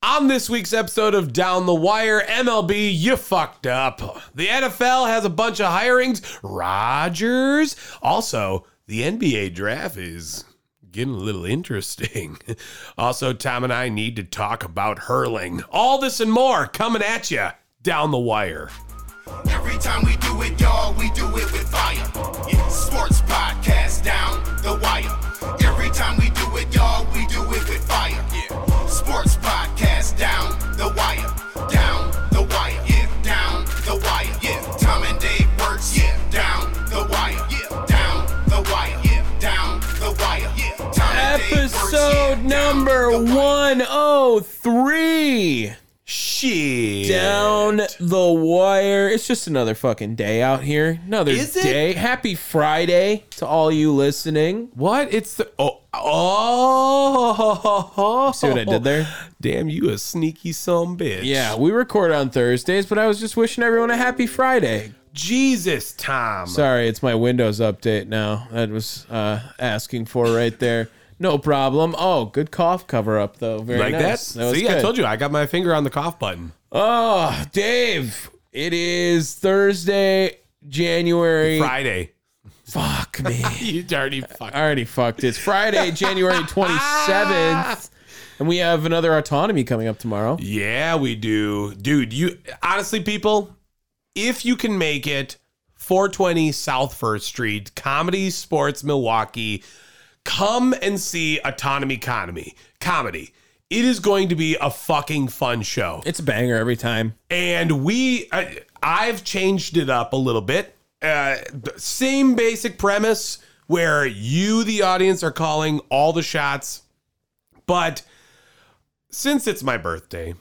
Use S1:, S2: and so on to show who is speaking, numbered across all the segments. S1: On this week's episode of Down the Wire, MLB, you fucked up. The NFL has a bunch of hirings. Rodgers. Also, the NBA draft is getting a little interesting. Also, Tom and I need to talk about hurling. All this and more coming at you down the wire.
S2: Every time we do it, y'all, we do it with fire. Yeah, sports podcast down the wire. Every time we do it, y'all, we do it with fire. Yeah, sports podcast down the wire. Down the wire. Yeah, down the wire. Yeah, Tom and Dave works. Yeah, down the wire. Yeah, down the wire. Yeah, down the wire. Yeah, Tom and Dave works. Yeah,
S1: Episode
S2: down
S1: number
S2: the wire.
S1: 103. Shit.
S3: Down the wire. It's just another fucking day out here. Another
S1: Is it?
S3: day. Happy Friday to all you listening.
S1: What? It's the oh oh.
S3: See what I did there?
S1: Damn, you a sneaky some bitch.
S3: Yeah, we record on Thursdays, but I was just wishing everyone a happy Friday.
S1: Jesus, Tom.
S3: Sorry, it's my Windows update now. That was uh, asking for right there. No problem. Oh, good cough cover up though. Very
S1: like
S3: nice.
S1: that? See, I told you I got my finger on the cough button.
S3: Oh, Dave, it is Thursday, January.
S1: Friday.
S3: Fuck me.
S1: You dirty fuck.
S3: I already fucked. It's Friday, January 27th. And we have another autonomy coming up tomorrow.
S1: Yeah, we do. Dude, you honestly, people, if you can make it, 420 South First Street, Comedy Sports Milwaukee, come and see Autonomy Economy Comedy. It is going to be a fucking fun show.
S3: It's a banger every time.
S1: and we I, i've changed it up a little bit uh, the same basic premise where you the audience are calling all the shots but since it's my birthday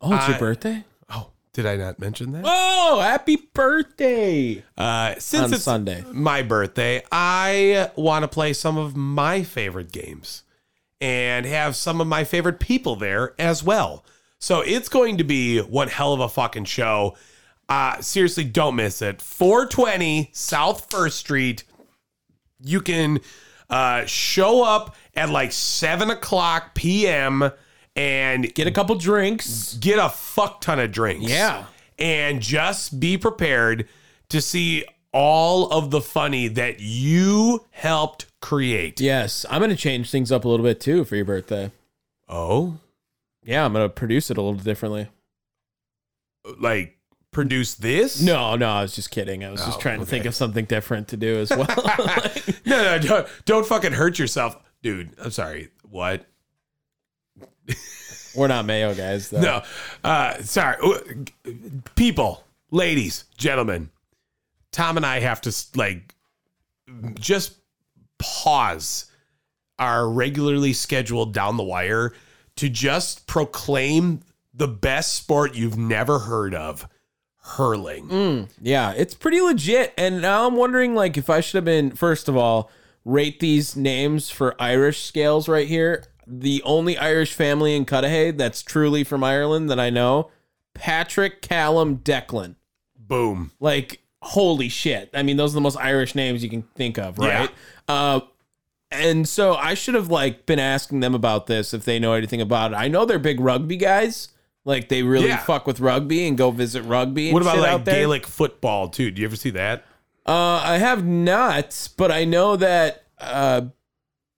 S3: Oh, it's
S1: I-
S3: your birthday?
S1: oh did i not mention that
S3: Oh, happy birthday.
S1: uh, since
S3: On
S1: it's
S3: Sunday.
S1: my birthday i want to play some of my favorite games and have some of my favorite people there as well so it's going to be one hell of a fucking show uh, seriously don't miss it 420 south first street you can uh, show up at like 7 o'clock pm and
S3: Get a couple drinks.
S1: get a fuck ton of drinks.
S3: Yeah.
S1: And just be prepared to see all of the funny that you helped create.
S3: Yes, I'm going to change things up a little bit too for your birthday.
S1: Oh,
S3: Yeah, I'm going to produce it a little differently.
S1: like produce this?
S3: No, no, I was just kidding. I was just
S1: Oh,
S3: trying to think
S1: okay.
S3: of something different to do as well.
S1: no, no, don't, don't fucking hurt yourself. Dude, I'm sorry. What?
S3: We're not Mayo guys, though.
S1: No. Uh, sorry. Uh, People, ladies, gentlemen, Tom and I have to like just pause our regularly scheduled down the wire to just proclaim the best sport you've never heard of hurling.
S3: Mm. Yeah, it's pretty legit. And now I'm wondering, like, if I should have been first of all rate these names for Irish scales right here. The only Irish family in Cudahy that's truly from Ireland that I know, Patrick Callum Declan.
S1: Boom.
S3: Like, holy shit! I mean, those are the most Irish names you can think of, right? Uh, and so I should have like been asking them about this if they know anything about it. I know they're big rugby guys. Like they really
S1: Yeah.
S3: fuck with rugby and go visit rugby. And
S1: What about
S3: shit
S1: like
S3: out there.
S1: Gaelic football too? Do you ever see that?
S3: Uh, I have not, but I know that uh,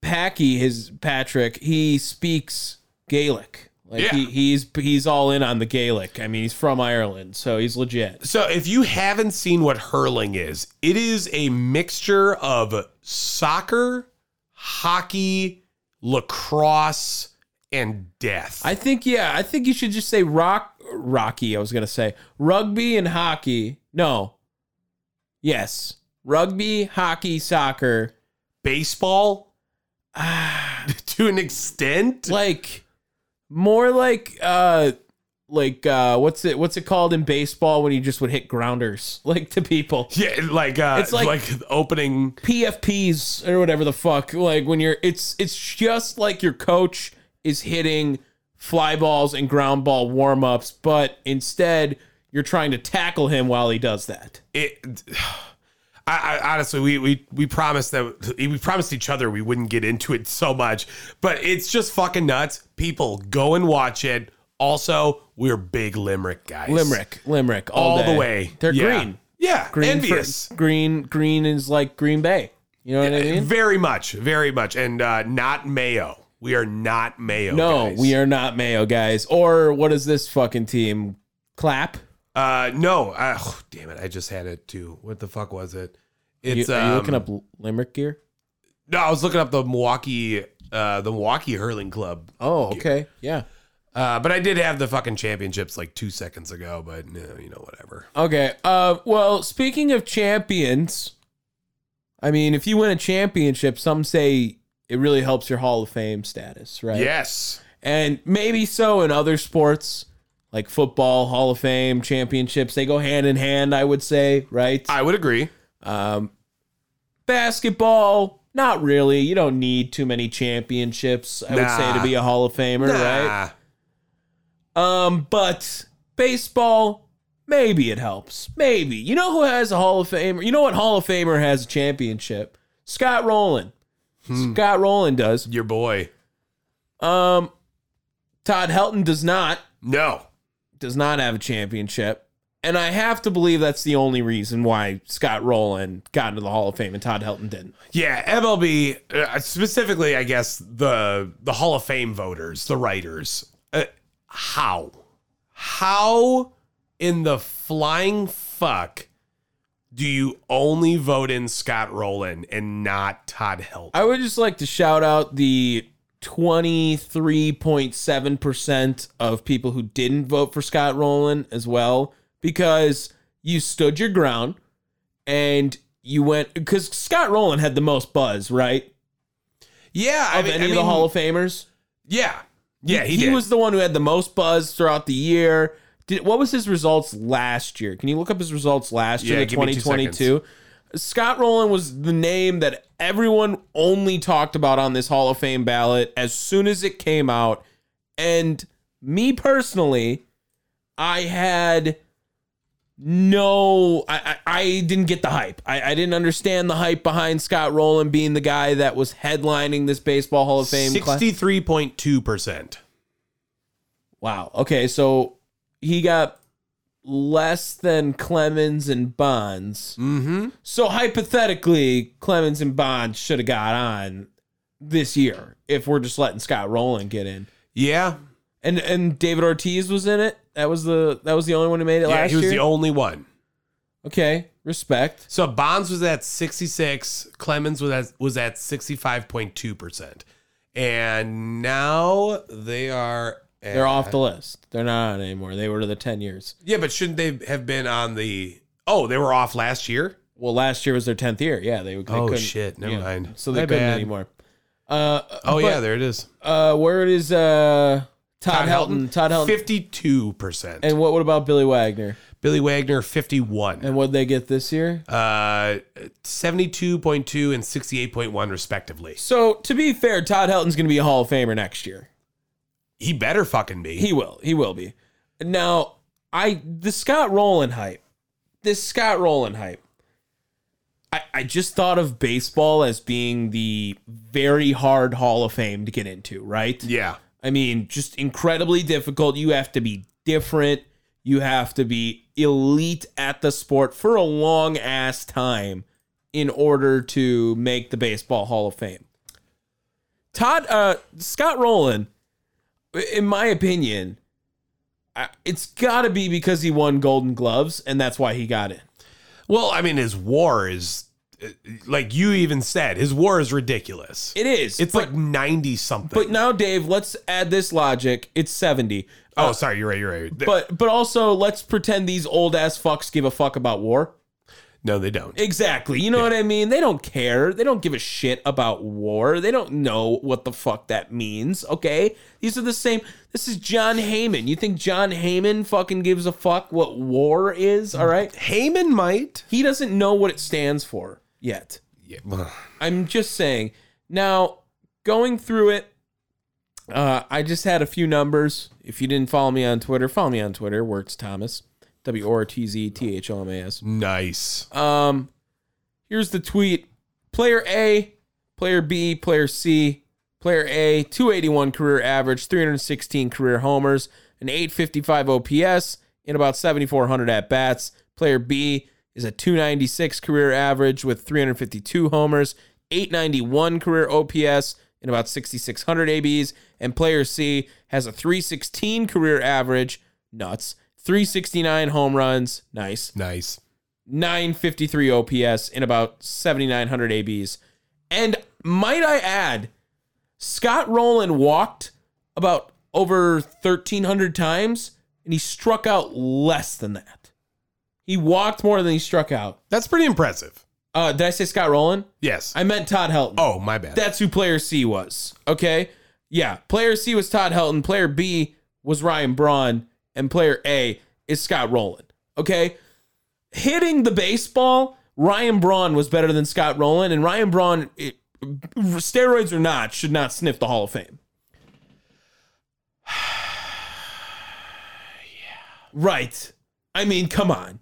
S3: Packy, his Patrick, he speaks Gaelic. Like
S1: Yeah.
S3: he, he's he's all in on the Gaelic. I mean, he's from Ireland, so he's legit.
S1: So, if you haven't seen what hurling is, it is a mixture of soccer, hockey, lacrosse, and death.
S3: I think yeah, I think you should just say rock Rocky. I was gonna say rugby and hockey. No, yes, rugby, hockey, soccer. Ah.
S1: Baseball, to an extent.
S3: like more like uh like uh what's it what's it called in baseball when you just would hit grounders like to people
S1: yeah, like uh,
S3: It's
S1: it's
S3: like-
S1: like, opening.
S3: pfps or whatever the fuck like when you're it's it's just like your coach is hitting fly balls and ground ball warm-ups but instead you're trying to tackle him while he does that
S1: It, I, I honestly, we we we promised that we promised each other we wouldn't get into it so much, but it's just fucking nuts. People, go and watch it. Also, we're big Limerick guys.
S3: Limerick, Limerick, all,
S1: all,
S3: day.
S1: the way.
S3: They're
S1: Yeah.
S3: green.
S1: Yeah,
S3: Green, for-
S1: envious.
S3: green, green is like Green Bay. You know what I mean?
S1: Very much, very much, and uh, not Mayo. We are not Mayo.
S3: No,
S1: guys.
S3: we are not Mayo guys. Or what is this fucking team? Clap.
S1: Uh, no, uh, oh, damn it! I just had it too. What the fuck was it?
S3: You,
S1: It's
S3: are you looking
S1: um,
S3: up L- Limerick gear?
S1: No, I was looking up the Milwaukee, uh, the Milwaukee Hurling Club.
S3: Oh, okay, yeah.
S1: Uh, but I did have the fucking championships like two seconds ago. But no, you know whatever.
S3: Okay. Uh, well, speaking of champions, I mean, if you win a championship, some say it really helps your Hall of Fame status, right?
S1: Yes,
S3: And maybe so in other sports like football, Hall of Fame, championships, they go hand in hand, I would say, right?
S1: I would agree.
S3: Um, basketball, not really. You don't need too many championships, I would say,
S1: Nah.
S3: to be a Hall of Famer, right?
S1: Nah.
S3: Um, but baseball, maybe it helps. Maybe. You know who has a Hall of Famer? You know what Hall of Famer has a championship? Scott Rowland.
S1: Hmm.
S3: Scott Rowland does.
S1: your boy.
S3: Um, Todd Helton does not
S1: No,
S3: does not have a championship. And I have to believe that's the only reason why Scott Rowland got into the Hall of Fame and Todd Helton didn't.
S1: Yeah, MLB uh, specifically, I guess the the Hall of Fame voters, the writers. Uh, how, how in the flying fuck do you only vote in Scott Rowland and not Todd Helton?
S3: I would just like to shout out the 23.7% of people who didn't vote for Scott Rowland as well, because you stood your ground and you went, because Scott Rowland had the most buzz, right?
S1: yeah, I
S3: Of
S1: mean,
S3: any
S1: I
S3: of the
S1: mean,
S3: Hall of Famers.
S1: yeah, yeah, he,
S3: he
S1: did.
S3: was the one who had the most buzz throughout the year. Did what was his results last year? Can you look up his results last year,
S1: Yeah,
S3: the
S1: give me two
S3: 2022? Scott Rowland was the name that everyone only talked about on this Hall of Fame ballot as soon as it came out. And me personally, I had no I, I I didn't get the hype. I, I didn't understand the hype behind Scott Rowland being the guy that was headlining this baseball Hall of Fame class.
S1: sixty three point two percent.
S3: Wow. Okay, so he got less than Clemens and Bonds.
S1: Mm-hmm.
S3: So hypothetically, Clemens and Bonds should have got on this year if we're just letting Scott Rowland get in.
S1: Yeah,
S3: And and David Ortiz was in it. That was the that was the only one who made it
S1: yeah,
S3: last
S1: he was
S3: year.
S1: the only one.
S3: okay, respect.
S1: So Bonds was at 66, Clemens was at, was at 65.2%. And now they are at-
S3: They're off the list. They're not on anymore. They were to the 10 years.
S1: Yeah, but shouldn't they have been on the Oh, they were off last year?
S3: Well, last year was their 10th year. Yeah, they, they
S1: Oh,
S3: couldn't.
S1: shit, never
S3: yeah.
S1: mind.
S3: So they
S1: My
S3: couldn't
S1: bad.
S3: anymore. Uh,
S1: Oh
S3: but-
S1: yeah, there it is.
S3: Uh, where is uh Todd, Helton? Todd Helton.
S1: 52%.
S3: and what, what about Billy Wagner?
S1: Billy Wagner 51.
S3: And what they get this year?
S1: Uh 72.2 and 68.1 respectively.
S3: So to be fair, Todd Helton's going to be a Hall of Famer next year.
S1: He better fucking be.
S3: He will. He will be. Now, I the Scott Rowland hype. This Scott Rowland hype. I, I just thought of baseball as being the very hard Hall of Fame to get into, right?
S1: yeah.
S3: I mean, just incredibly difficult. You have to be different. You have to be elite at the sport for a long ass time in order to make the baseball Hall of Fame. Todd uh, Scott Rowland, in my opinion, I- it's got to be because he won Golden Gloves, and that's why he got in.
S1: Well, I mean his war is uh, like you even said, his war is ridiculous.
S3: It is.
S1: It's
S3: but,
S1: like 90 something.
S3: but now, Dave, let's add this logic. It's seventy. Uh,
S1: oh, sorry, you're right, you're right. Th-
S3: But but also let's pretend these old ass fucks give a fuck about war.
S1: no, they don't.
S3: Exactly. You know what I mean? They don't care. They don't give a shit about war. They don't know what the fuck that means. Okay? These are the same. This is John Heyman. You think John Heyman fucking gives a fuck what war is? All right?
S1: Heyman might.
S3: He doesn't know what it stands for yet.
S1: Yeah.
S3: I'm just saying. Now, going through it, uh, I just had a few numbers. If you didn't follow me on Twitter, follow me on Twitter. Works Thomas. W O R T Z T H O M A S.
S1: Nice.
S3: Um, here's the tweet: Player A, Player B, Player C, Player A, 281 career average, 316 career homers, an 855 OPS in about 7,400 at bats. Player B is a 296 career average with 352 homers, 891 career OPS in about 6,600 ABs. And player C has a 316 career average, nuts, 369 home runs, nice,
S1: Nice.
S3: 953 OPS in about 7,900 ABs. And might I add, Scott Rowland walked about over 1,300 times and he struck out less than that. He walked more than he struck out.
S1: That's pretty impressive.
S3: Uh, did I say Scott Rowland?
S1: Yes.
S3: I meant Todd Helton.
S1: oh, my bad.
S3: That's who player C was. Okay. Yeah. Player C was Todd Helton. Player B was Ryan Braun. And player A is Scott Rowland. Okay. Hitting the baseball, Ryan Braun was better than Scott Rowland. And Ryan Braun, it, steroids or not, should not sniff the Hall of Fame. Right. I mean, come on.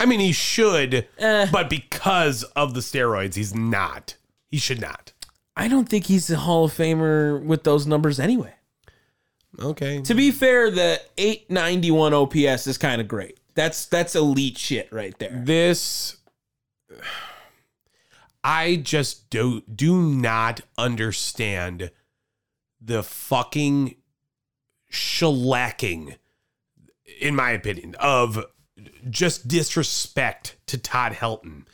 S1: I mean, he should,
S3: Eh.
S1: but because of the steroids, he's not. He should not.
S3: I don't think he's a Hall of Famer with those numbers anyway.
S1: Okay.
S3: To be fair, the 891 OPS is kind of great. That's that's elite shit right there.
S1: This, I just do do not understand the fucking shellacking, in my opinion, of just disrespect to Todd Helton.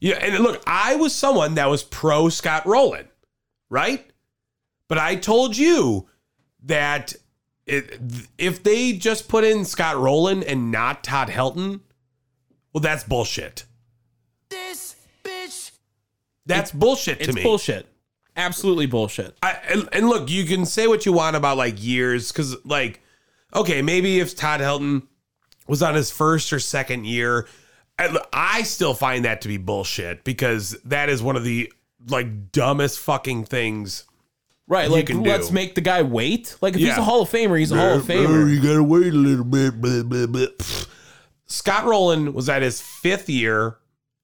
S1: Yeah, and look, I was someone that was pro Scott Rowland, right? But I told you that it, if they just put in Scott Rowland and not Todd Helton, well, that's bullshit.
S2: This bitch.
S1: That's bullshit to
S3: It's
S1: me.
S3: bullshit. Absolutely bullshit.
S1: I, and, and look, you can say what you want about like years, because like, okay, maybe if Todd Helton was on his first or second year, I, I still find that to be bullshit because that is one of the like dumbest fucking things.
S3: Right,
S1: you
S3: like
S1: can do.
S3: let's make the guy wait. Like if he's
S1: Yeah.
S3: a Hall of Famer, he's a Hall of Famer.
S1: you gotta wait a little bit. Blah, blah, blah. Pfft. Scott Rowland was at his fifth year,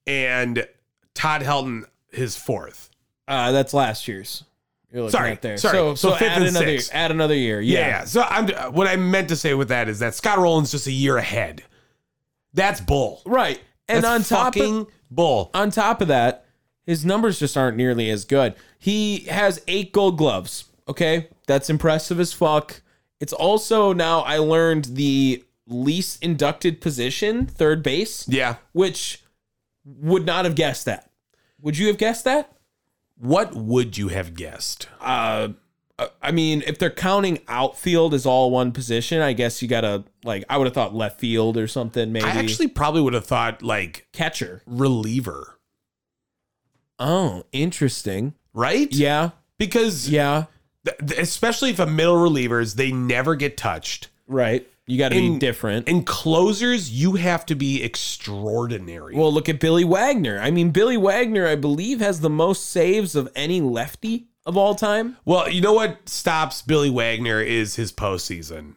S1: and Todd Helton his fourth.
S3: Uh, that's last year's. You're looking
S1: Sorry,
S3: at there.
S1: sorry.
S3: So, so,
S1: So fifth
S3: add
S1: and
S3: another
S1: sixth.
S3: add another year. Yeah.
S1: Yeah. So I'm what I meant to say with that is that Scott Rowland's just a year ahead. That's bull.
S3: Right. And
S1: That's
S3: on top of
S1: fucking bull.
S3: on top of that, his numbers just aren't nearly as good. He has eight gold gloves. Okay. That's impressive as fuck. It's also now I learned the least inducted position, third base,
S1: Yeah.
S3: which would not have guessed that. Would you have guessed that?
S1: What would you have guessed?
S3: Uh, I- I mean, if they're counting outfield as all one position, I guess you gotta like. I would have thought left field or something. Maybe
S1: I actually probably would have thought like
S3: catcher.
S1: reliever,
S3: Oh, interesting.
S1: right?
S3: Yeah,
S1: Because
S3: yeah.
S1: th- th- especially if a middle relievers, they never get touched.
S3: Right. You got to be
S1: And-
S3: different.
S1: And closers, you have to be extraordinary.
S3: well, look at Billy Wagner. I mean, Billy Wagner, I believe, has the most saves of any lefty of all time.
S1: Well, you know what stops Billy Wagner is his postseason.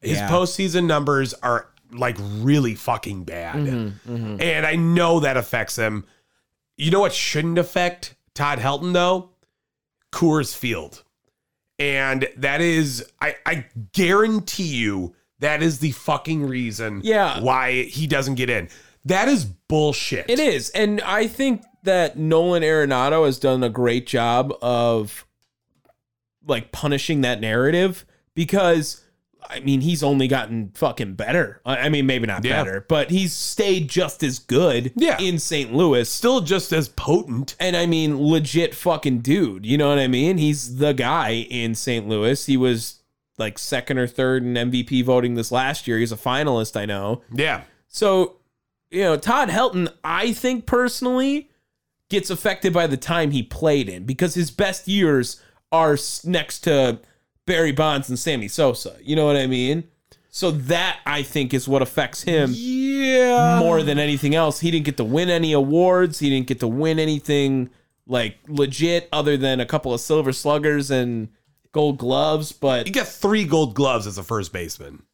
S1: His
S3: Yeah.
S1: postseason numbers are like really fucking bad.
S3: Mm-hmm,
S1: And I know that affects him. You know what shouldn't affect Todd Helton though? Coors Field. And that is I, I guarantee you that is the fucking reason
S3: Yeah.
S1: why he doesn't get in. That is bullshit.
S3: It is. And I think that Nolan Arenado has done a great job of like punishing that narrative because I mean, he's only gotten fucking better. I I mean, maybe not
S1: Yeah.
S3: better, but he's stayed just as good
S1: Yeah.
S3: in St. Louis.
S1: Still just as potent.
S3: and I mean legit fucking dude. You know what I mean? He's the guy in St. Louis. He was like second or third in MVP voting this last year. He's a finalist, I know.
S1: Yeah.
S3: So, you know, Todd Helton, I think personally gets affected by the time he played in because his best years are s- next to Barry Bonds and Sammy Sosa. You know what I mean? So that I think is what affects him
S1: Yeah.
S3: more than anything else. He didn't get to win any awards. He didn't get to win anything like legit other than a couple of silver sluggers and gold gloves. But
S1: He got three gold gloves as a first baseman.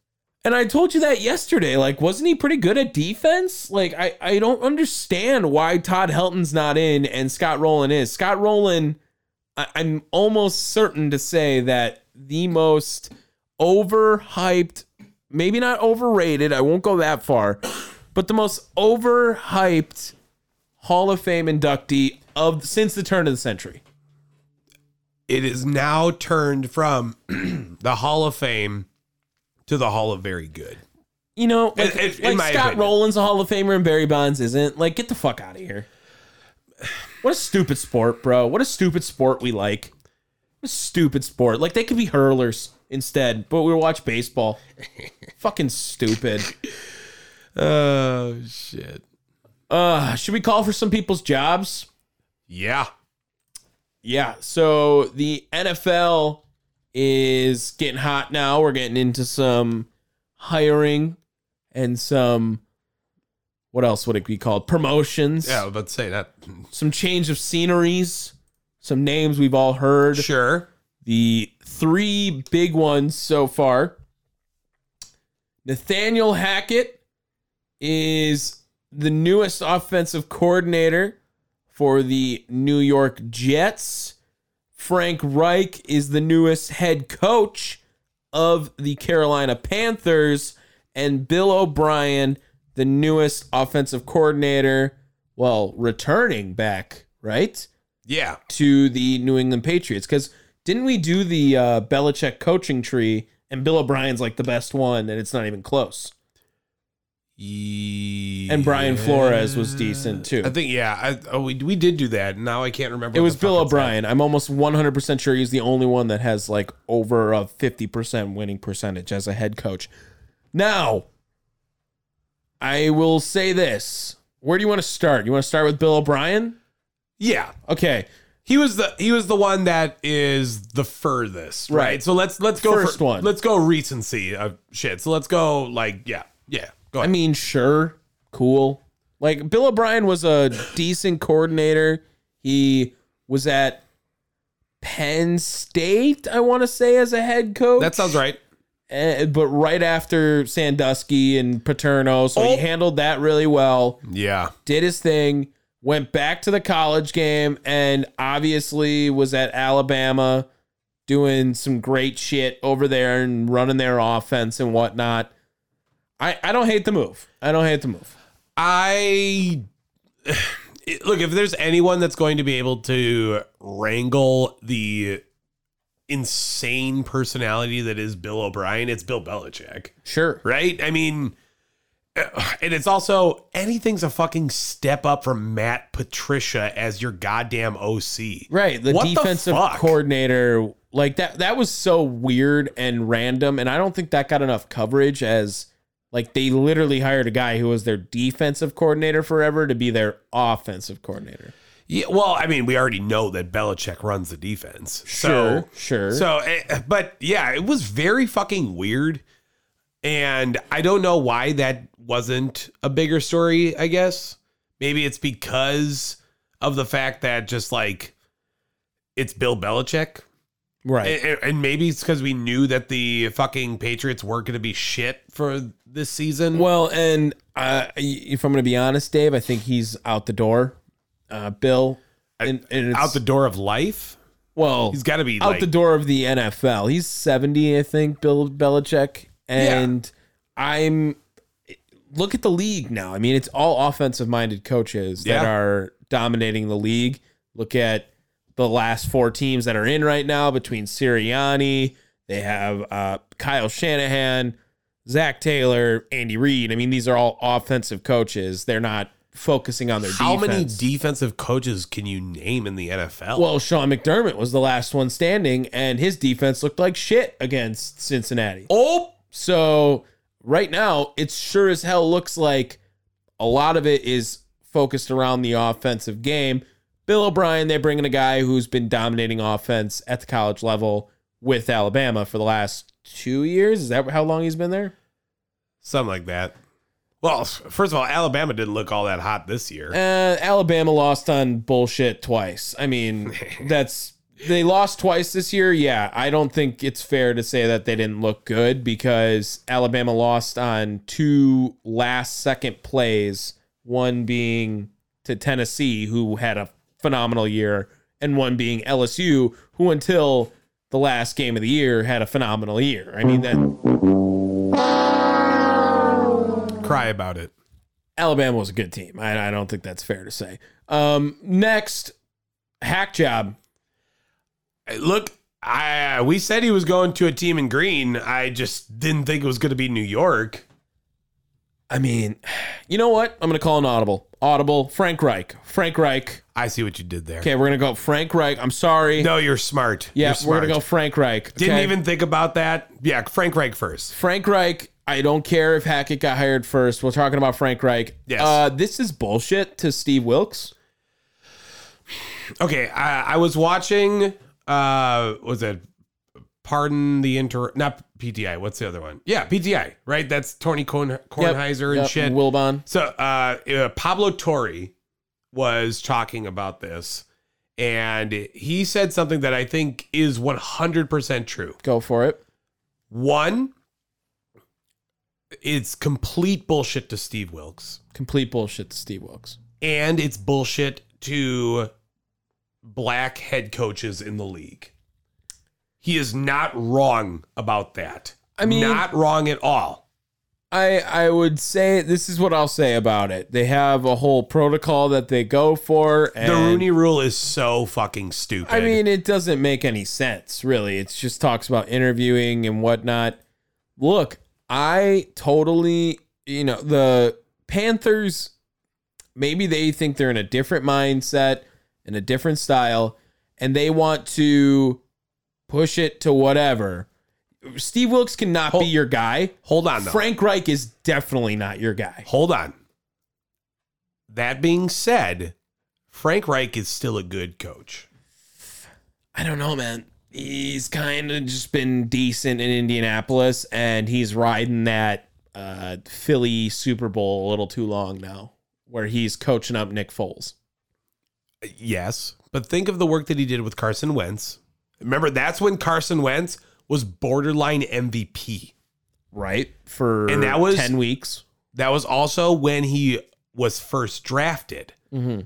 S3: and I told you that yesterday. Like, wasn't he pretty good at defense? Like, I, I don't understand why Todd Helton's not in and Scott Rowland is. Scott Rowland, I, I'm almost certain to say that the most overhyped, maybe not overrated. I won't go that far, but the most overhyped Hall of Fame inductee of since the turn of the century.
S1: It is now turned from the Hall of Fame to the Hall of Very Good.
S3: You know, like,
S1: In- in- in
S3: like
S1: my
S3: Scott
S1: opinion.
S3: Rowland's a Hall of Famer and Barry Bonds isn't. Like, get the fuck out of here. What a stupid sport, bro. What a stupid sport we like. What a stupid sport. Like, they could be hurlers instead, but we watch baseball. Fucking stupid.
S1: Oh shit.
S3: Uh, should we call for some people's jobs?
S1: Yeah.
S3: Yeah. So the NFL is getting hot now. We're getting into some hiring and some what else would it be called? Promotions.
S1: Yeah, I was about to say that.
S3: Some change of sceneries. Some names we've all heard.
S1: Sure.
S3: The three big ones so far. Nathaniel Hackett is the newest offensive coordinator for the New York Jets. Frank Reich is the newest head coach of the Carolina Panthers. And Bill O'Brien, the newest offensive coordinator, well, returning back, right?
S1: Yeah.
S3: to the New England Patriots because didn't we do the uh, Belichick coaching tree and Bill O'Brien's like the best one and it's not even close.
S1: And
S3: Brian Flores was decent, too.
S1: I think yeah. I, oh, we we did do that. Now I can't remember.
S3: It
S1: what
S3: was
S1: the
S3: Bill
S1: fuck it's
S3: O'Brien. I'm almost 100% sure he's the only one that has like over a 50% winning percentage as a head coach. Now, I will say this. Where do you want to start? You want to start with Bill O'Brien?
S1: called. Yeah,
S3: Okay.
S1: he was the he was the one that is the furthest, right?
S3: Right.
S1: So let's let's go
S3: First one.
S1: Let's go recency of shit. So let's go like yeah yeah. Go
S3: I
S1: ahead.
S3: mean, sure, cool. Like Bill O'Brien was a decent coordinator. He was at Penn State, I want to say, as a head coach.
S1: that sounds right.
S3: Eh, but right after Sandusky and Paterno, so
S1: Oh.
S3: he handled that really well.
S1: Yeah.
S3: Did his thing. Went back to the college game, and obviously was at Alabama, doing some great shit over there and running their offense and whatnot. I, I don't hate the move. I don't hate the move.
S1: I it- look if there's anyone that's going to be able to wrangle the insane personality that is Bill O'Brien, it's Bill Belichick,
S3: Sure.
S1: right? I mean, and it's also anything's a fucking step up from Matt Patricia as your goddamn OC,
S3: Right. The
S1: What the
S3: defensive
S1: fuck?
S3: coordinator, like that, that was so weird and random. And I don't think that got enough coverage as like they literally hired a guy who was their defensive coordinator forever to be their offensive coordinator.
S1: Yeah, well, I mean, we already know that Belichick runs the defense, so
S3: Sure. sure.
S1: So, eh, but yeah, it was very fucking weird. And I don't know why that wasn't a bigger story, I guess. Maybe it's because of the fact that just like it's Bill Belichick.
S3: right.
S1: And, and maybe it's because we knew that the fucking Patriots weren't going to be shit for this season.
S3: well, and uh, if I'm going to be honest, Dave, I think he's out the door. Uh, Bill. And, and it's,
S1: out the door of life.
S3: well,
S1: He's got to be
S3: out
S1: like,
S3: the door of the NFL. He's 70, I think, Bill Belichick. And I'm look at the league now. I mean, it's all offensive minded coaches that
S1: Yeah.
S3: are dominating the league. Look at the last four teams that are in right now between Sirianni, they have uh, Kyle Shanahan, Zach Taylor, Andy Reid. I mean, these are all offensive coaches. They're not focusing on their
S1: how
S3: defense.
S1: many defensive coaches can you name in the NFL?
S3: Well, Sean McDermott was the last one standing, and his defense looked like shit against Cincinnati.
S1: oh,
S3: So right now, it sure as hell looks like a lot of it is focused around the offensive game. Bill O'Brien, they bring in a guy who's been dominating offense at the college level with Alabama for the last two years. Is that how long he's been there?
S1: something like that. Well, s- first of all, Alabama didn't look all that hot this year.
S3: Uh, Alabama lost on bullshit twice. I mean, that's they lost twice this year. Yeah, I don't think it's fair to say that they didn't look good because Alabama lost on two last second plays, one being to Tennessee, who had a phenomenal year, and one being LSU, who until the the last game of the year had a phenomenal year. I mean that
S1: Cry about it.
S3: Alabama was a good team. I, I don't think that's fair to say. Um, next, hack job.
S1: Hey, Look, I uh, we said he was going to a team in green. I just didn't think it was going to be New York.
S3: I mean, you know what? I'm gonna call an audible. Audible. Frank Reich. Frank Reich.
S1: I see what you did there.
S3: Okay, we're gonna go Frank Reich. I'm sorry.
S1: No, you're smart.
S3: yeah,
S1: You're
S3: we're
S1: smart.
S3: gonna go Frank Reich.
S1: Didn't
S3: okay?
S1: even think about that. Yeah, Frank Reich first.
S3: Frank Reich. I don't care if Hackett got hired first. We're talking about Frank Reich.
S1: Yes.
S3: Uh, this is bullshit to Steve Wilkes.
S1: Okay, I, I was watching. uh Was it? Pardon the inter. Not PTI. What's the other one? Yeah, PTI. Right. That's Tony Korn- Kornheiser and
S3: Yep,
S1: shit.
S3: Wilbon.
S1: So uh, uh, Pablo Torre was talking about this, and he said something that I think is 100% true.
S3: Go for it.
S1: One, it's complete bullshit to Steve Wilkes,
S3: Complete bullshit to Steve Wilkes.
S1: and it's bullshit to black head coaches in the league. He is not wrong about that.
S3: I mean-
S1: not wrong at all.
S3: I I would say this is what I'll say about it. They have a whole protocol that they go for. And
S1: The Rooney Rule is so fucking stupid.
S3: I mean, it doesn't make any sense, really. It just talks about interviewing and whatnot. Look, I totally, you know, the Panthers, maybe they think they're in a different mindset and a different style, and they want to push it to whatever. Steve Wilkes cannot be your guy.
S1: hold on though.
S3: Frank Reich is definitely not your guy.
S1: Hold on. That being said, Frank Reich is still a good coach.
S3: I don't know, man. He's kind of just been decent in Indianapolis, and he's riding that uh, Philly Super Bowl a little too long now, where he's coaching up Nick Foles.
S1: Yes, but think of the work that he did with Carson Wentz. Remember, that's when Carson Wentz was borderline MVP.
S3: Right for
S1: And that was-
S3: ten weeks.
S1: That was also when he was first drafted.
S3: Mm-hmm.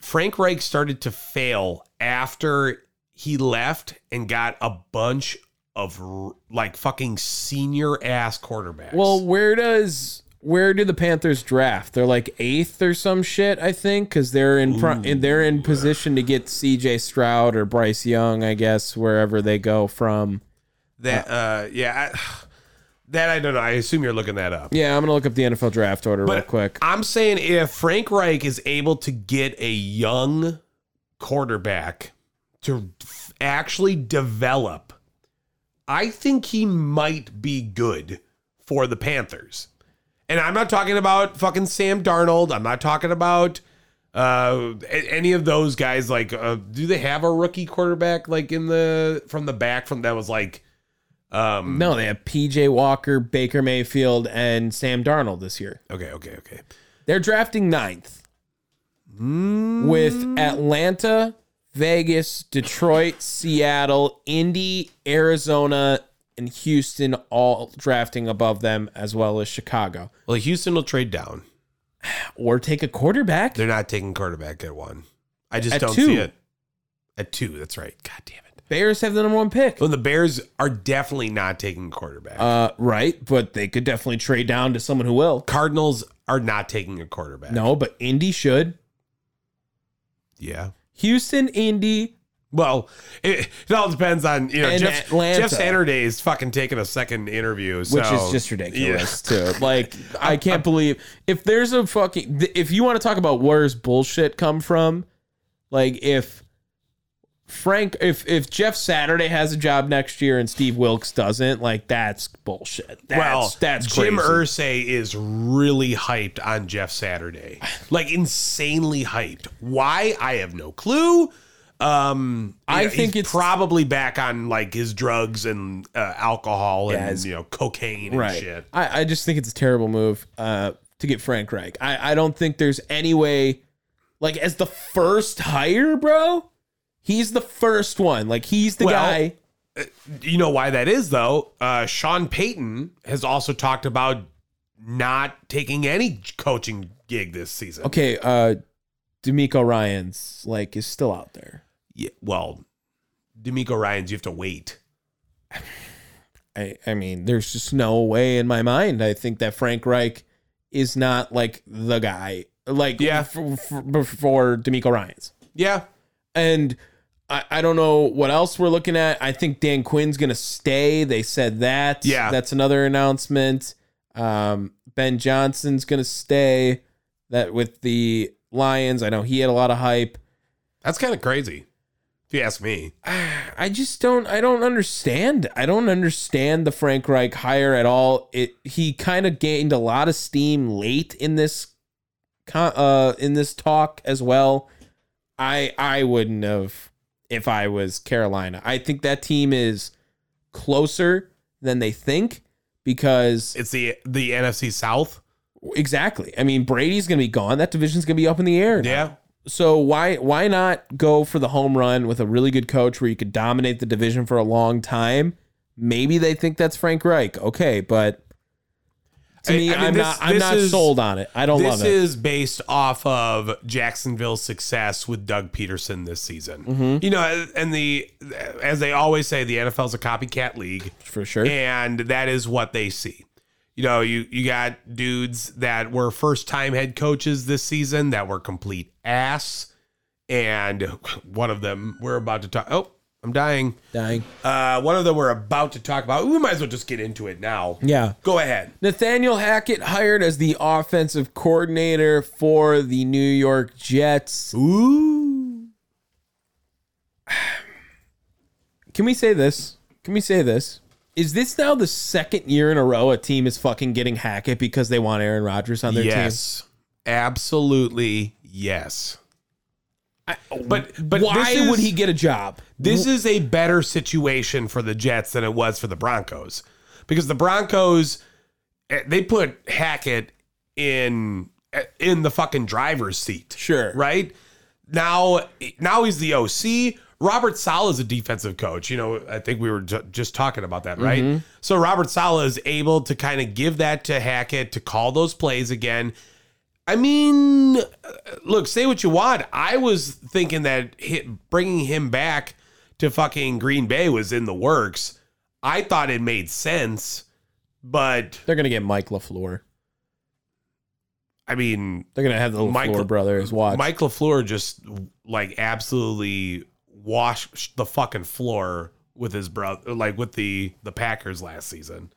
S1: Frank Reich started to fail after he left and got a bunch of r- like fucking senior ass quarterbacks.
S3: Well, where does where do the Panthers draft? They're like eighth or some shit, I think, because they're in pro- they're in position to get C.J. Stroud or Bryce Young, I guess, wherever they go from.
S1: that uh yeah, I, that I don't know. I assume you're looking that up.
S3: Yeah, I'm gonna look up the NFL draft order real
S1: But
S3: quick.
S1: I'm saying if Frank Reich is able to get a young quarterback to f- actually develop, I think he might be good for the Panthers. And I'm not talking about fucking Sam Darnold. I'm not talking about uh a- any of those guys like uh, do they have a rookie quarterback like in the from the back from that was like um
S3: No, they have PJ Walker, Baker Mayfield, and Sam Darnold this year.
S1: okay okay okay
S3: They're drafting ninth with Atlanta, Vegas, Detroit, Seattle, Indy, Arizona, and Houston all drafting above them, as well as Chicago.
S1: well Houston will trade down
S3: Or take a quarterback.
S1: They're not taking quarterback at one. I just
S3: At
S1: don't
S3: two.
S1: see it. At two, that's right. God damn it.
S3: Bears have the number one pick.
S1: Well, the Bears are definitely not taking quarterback.
S3: Uh, right, but they could definitely trade down to someone who will.
S1: Cardinals are not taking a quarterback.
S3: No, but Indy should.
S1: Yeah.
S3: Houston, Indy,
S1: Well, it, it all depends on you know
S3: And
S1: Jeff,
S3: Atlanta.
S1: Jeff Saturday is fucking taking a second interview, so,
S3: which is just ridiculous too. Like I can't believe if there's a fucking th- if you want to talk about where's bullshit come from, like if Frank if if Jeff Saturday has a job next year and Steve Wilkes doesn't, like that's bullshit. That's,
S1: well,
S3: that's
S1: Jim
S3: crazy.
S1: Ursay is really hyped on Jeff Saturday, like insanely hyped. Why I have no clue. Um,
S3: I
S1: you know,
S3: think
S1: he's
S3: it's-
S1: probably back on like his drugs and uh, alcohol
S3: Yeah,
S1: and
S3: his-
S1: you know cocaine and
S3: right.
S1: shit.
S3: I, I just think it's a terrible move uh, to get Frank Reich. I, I don't think there's any way, like as the first hire, bro. He's the first one. Like he's the
S1: Well,
S3: guy.
S1: You know why that is though. Uh, Sean Payton has also talked about not taking any coaching gig this season.
S3: Okay, uh D'Amico Ryan's like is still out there.
S1: Yeah, well, D'Amico Ryan's, you have to wait.
S3: I, I mean, there's just no way in my mind. I think that Frank Reich is not like the guy, like
S1: Yeah.
S3: f- f- before D'Amico Ryan's.
S1: Yeah.
S3: And I, I don't know what else we're looking at. I think Dan Quinn's gonna stay. They said that.
S1: Yeah.
S3: that's another announcement. Um, ben Johnson's gonna stay. That with the Lions, I know he had a lot of hype.
S1: That's kind of crazy. If you ask me.
S3: I just don't. I don't understand. I don't understand the Frank Reich hire at all. It he kind of gained a lot of steam late in this, con- uh, in this talk as well. I I wouldn't have if I was Carolina. I think that team is closer than they think because
S1: It's the the NFC South.
S3: exactly. I mean Brady's gonna be gone. That division's gonna be up in the air. now.
S1: Yeah.
S3: So why why not go for the home run with a really good coach where you could dominate the division for a long time? Maybe they think that's Frank Reich. Okay, but to
S1: I- I
S3: me, I
S1: mean,
S3: am
S1: this-
S3: not I'm
S1: this
S3: not
S1: is-
S3: sold on it. I don't
S1: This
S3: love it.
S1: is based off of Jacksonville's success with Doug Peterson this season.
S3: Mm-hmm.
S1: You know, and the as they always say, the NFL's a copycat league.
S3: For sure.
S1: and that is what they see. You know, you you got dudes that were first time head coaches this season that were complete ass, and one of them we're about to talk. Oh, I'm dying.
S3: Dying.
S1: Uh, one of them we're about to talk about. We might as well just get into it now.
S3: Yeah.
S1: Go ahead.
S3: Nathaniel Hackett hired as the offensive coordinator for the New York Jets.
S1: Ooh.
S3: Can we say this? Can we say this? Is this now the second year in a row a team is fucking getting Hackett because they want Aaron Rodgers on their team?
S1: Yes. Absolutely. Yes. but but
S3: Why
S1: this is-
S3: would he get a job?
S1: This is a better situation for the Jets than it was for the Broncos because the Broncos eh, they put Hackett in eh, in the fucking driver's seat.
S3: Sure.
S1: Right? Now now he's the OC. Robert Sala is a defensive coach. You know, I think we were ju- just talking about that, right? So Robert Sala is able to kind of give that to Hackett to call those plays again. I mean, uh, look, say what you want. I was thinking that hi bringing him back to fucking Green Bay was in the works. I thought it made sense, but
S3: They're gonna get Mike LaFleur.
S1: I mean,
S3: They're gonna have the LaFleur
S1: Mike-
S3: brothers watch.
S1: Mike LaFleur just like absolutely washed the fucking floor with his brother, like with the the Packers last season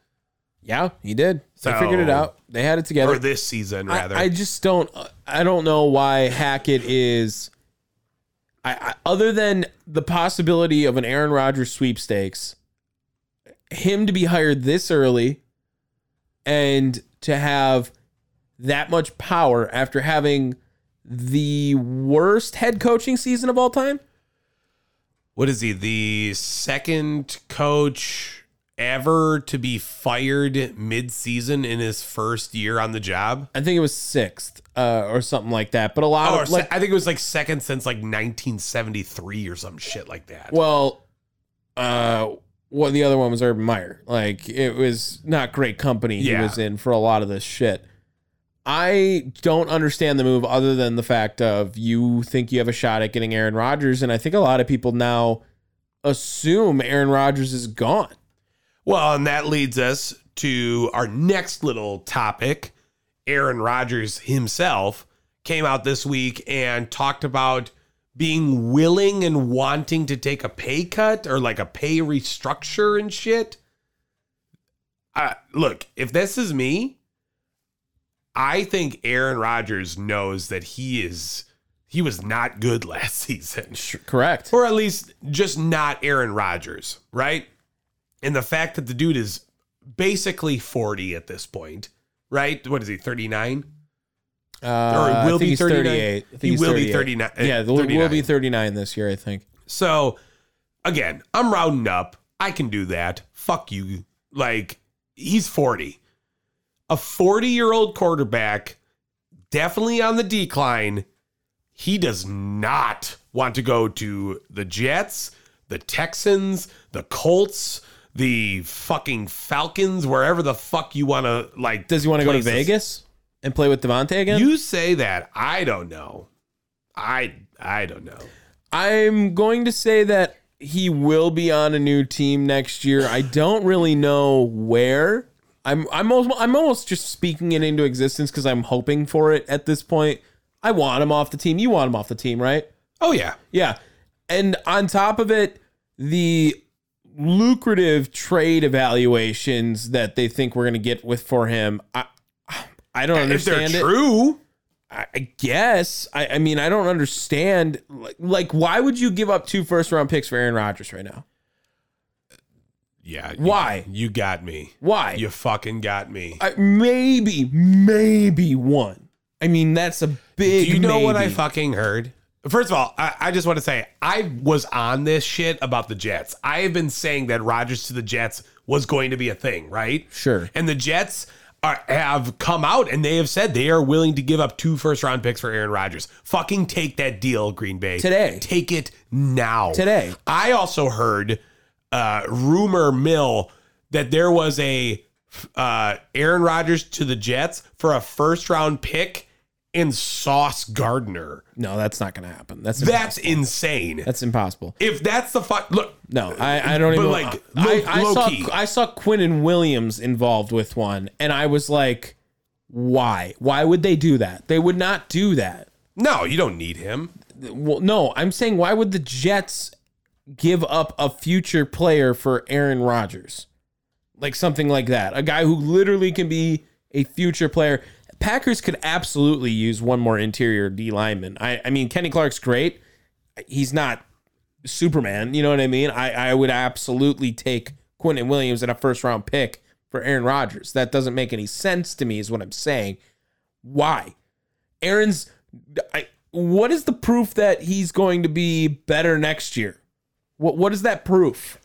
S3: yeah, he did. they
S1: So-
S3: figured it out. They had it
S1: or
S3: together.
S1: this season
S3: I-
S1: rather.
S3: I, just don't. I don't know why Hackett is. I, I other than the possibility of an Aaron Rodgers sweepstakes, him to be hired this early, and to have that much power after having the worst head coaching season of all time.
S1: what is he the second coach ever to be fired mid-season in his first year on the job
S3: I think it was sixth uh, or something like that. But a lot
S1: oh, or
S3: of
S1: se-
S3: like,
S1: i think it was like second since like 1973 or some shit like that
S3: well, uh, what the other one was Urban Meyer. Like it was not great company he
S1: Yeah.
S3: was in for a lot of this shit. I don't understand the move other than the fact of you think you have a shot at getting Aaron Rodgers, and I think a lot of people now assume Aaron Rodgers is gone.
S1: well and that leads us to our next little topic aaron rodgers himself came out this week and talked about being willing and wanting to take a pay cut or like a pay restructure and shit uh, look, if this is me, I think Aaron Rodgers knows that he is he was not good last season,
S3: Correct.
S1: or at least just not Aaron Rodgers, right? And the fact that the dude is basically forty at this point, right? What is he, thirty nine?
S3: Uh,
S1: Or will
S3: I think
S1: be
S3: he's
S1: 39?
S3: 38. I think
S1: He
S3: he's
S1: will be uh, 39
S3: Yeah, will
S1: 39.
S3: be 39 this year, I think.
S1: So again, I'm rounding up. I can do that. Fuck you. Like he's 40. A 40 year old quarterback, definitely on the decline. He does not want to go to the Jets, the Texans, the Colts, the fucking Falcons, wherever the fuck you want to like.
S3: Does he want to go to
S1: places.
S3: Vegas and play with Devontae again?
S1: You say that. I don't know. I I don't know.
S3: I'm going to say that he will be on a new team next year. I don't really know where. I'm I'm almost, I'm almost just speaking it into existence because I'm hoping for it at this point. I want him off the team. You want him off the team, right?
S1: Oh yeah.
S3: Yeah. And on top of it, the lucrative trade evaluations that they think we're going to get with for him, I I don't understand
S1: if
S3: it.
S1: they're true,
S3: I I guess. I, I mean, I don't understand. Like, like, why would you give up two first round picks for Aaron Rodgers right now?
S1: yeah. you-
S3: Why?
S1: You got me.
S3: Why?
S1: You fucking got me.
S3: I, maybe, maybe one. I mean, that's a big.
S1: Do you know what I
S3: maybe.
S1: fucking heard? First of all, I, I just want to say I was on this shit about the Jets. I have been saying that Rodgers to the Jets was going to be a thing, right?
S3: Sure.
S1: And the Jets are, have come out and they have said they are willing to give up two first round picks for Aaron Rodgers. Fucking take that deal, Green Bay.
S3: Today.
S1: Take it now.
S3: Today.
S1: I also heard uh, rumor mill that there was a uh, Aaron Rodgers to the Jets for a first round pick and Sauce Gardner.
S3: No, that's not going to happen. That's
S1: That's insane.
S3: that's impossible.
S1: If that's the fuck, look,
S3: No, I, I don't
S1: But,
S3: even
S1: like,
S3: I,
S1: low-
S3: I
S1: low
S3: saw
S1: key.
S3: I saw Quinn and Williams involved with one, and I was like, why? Why would they do that? They would not do that.
S1: no, you don't need him.
S3: Well, no, I'm saying why would the Jets give up a future player for Aaron Rodgers? Like something like that. A guy who literally can be a future player. Packers could absolutely use one more interior D lineman. I, I mean, Kenny Clark's great. He's not Superman. You know what I mean? I, I would absolutely take Quentin Williams at a first round pick for Aaron Rodgers. That doesn't make any sense to me, is what I'm saying. Why? Aaron's. I, what is the proof that he's going to be better next year? What What is that proof?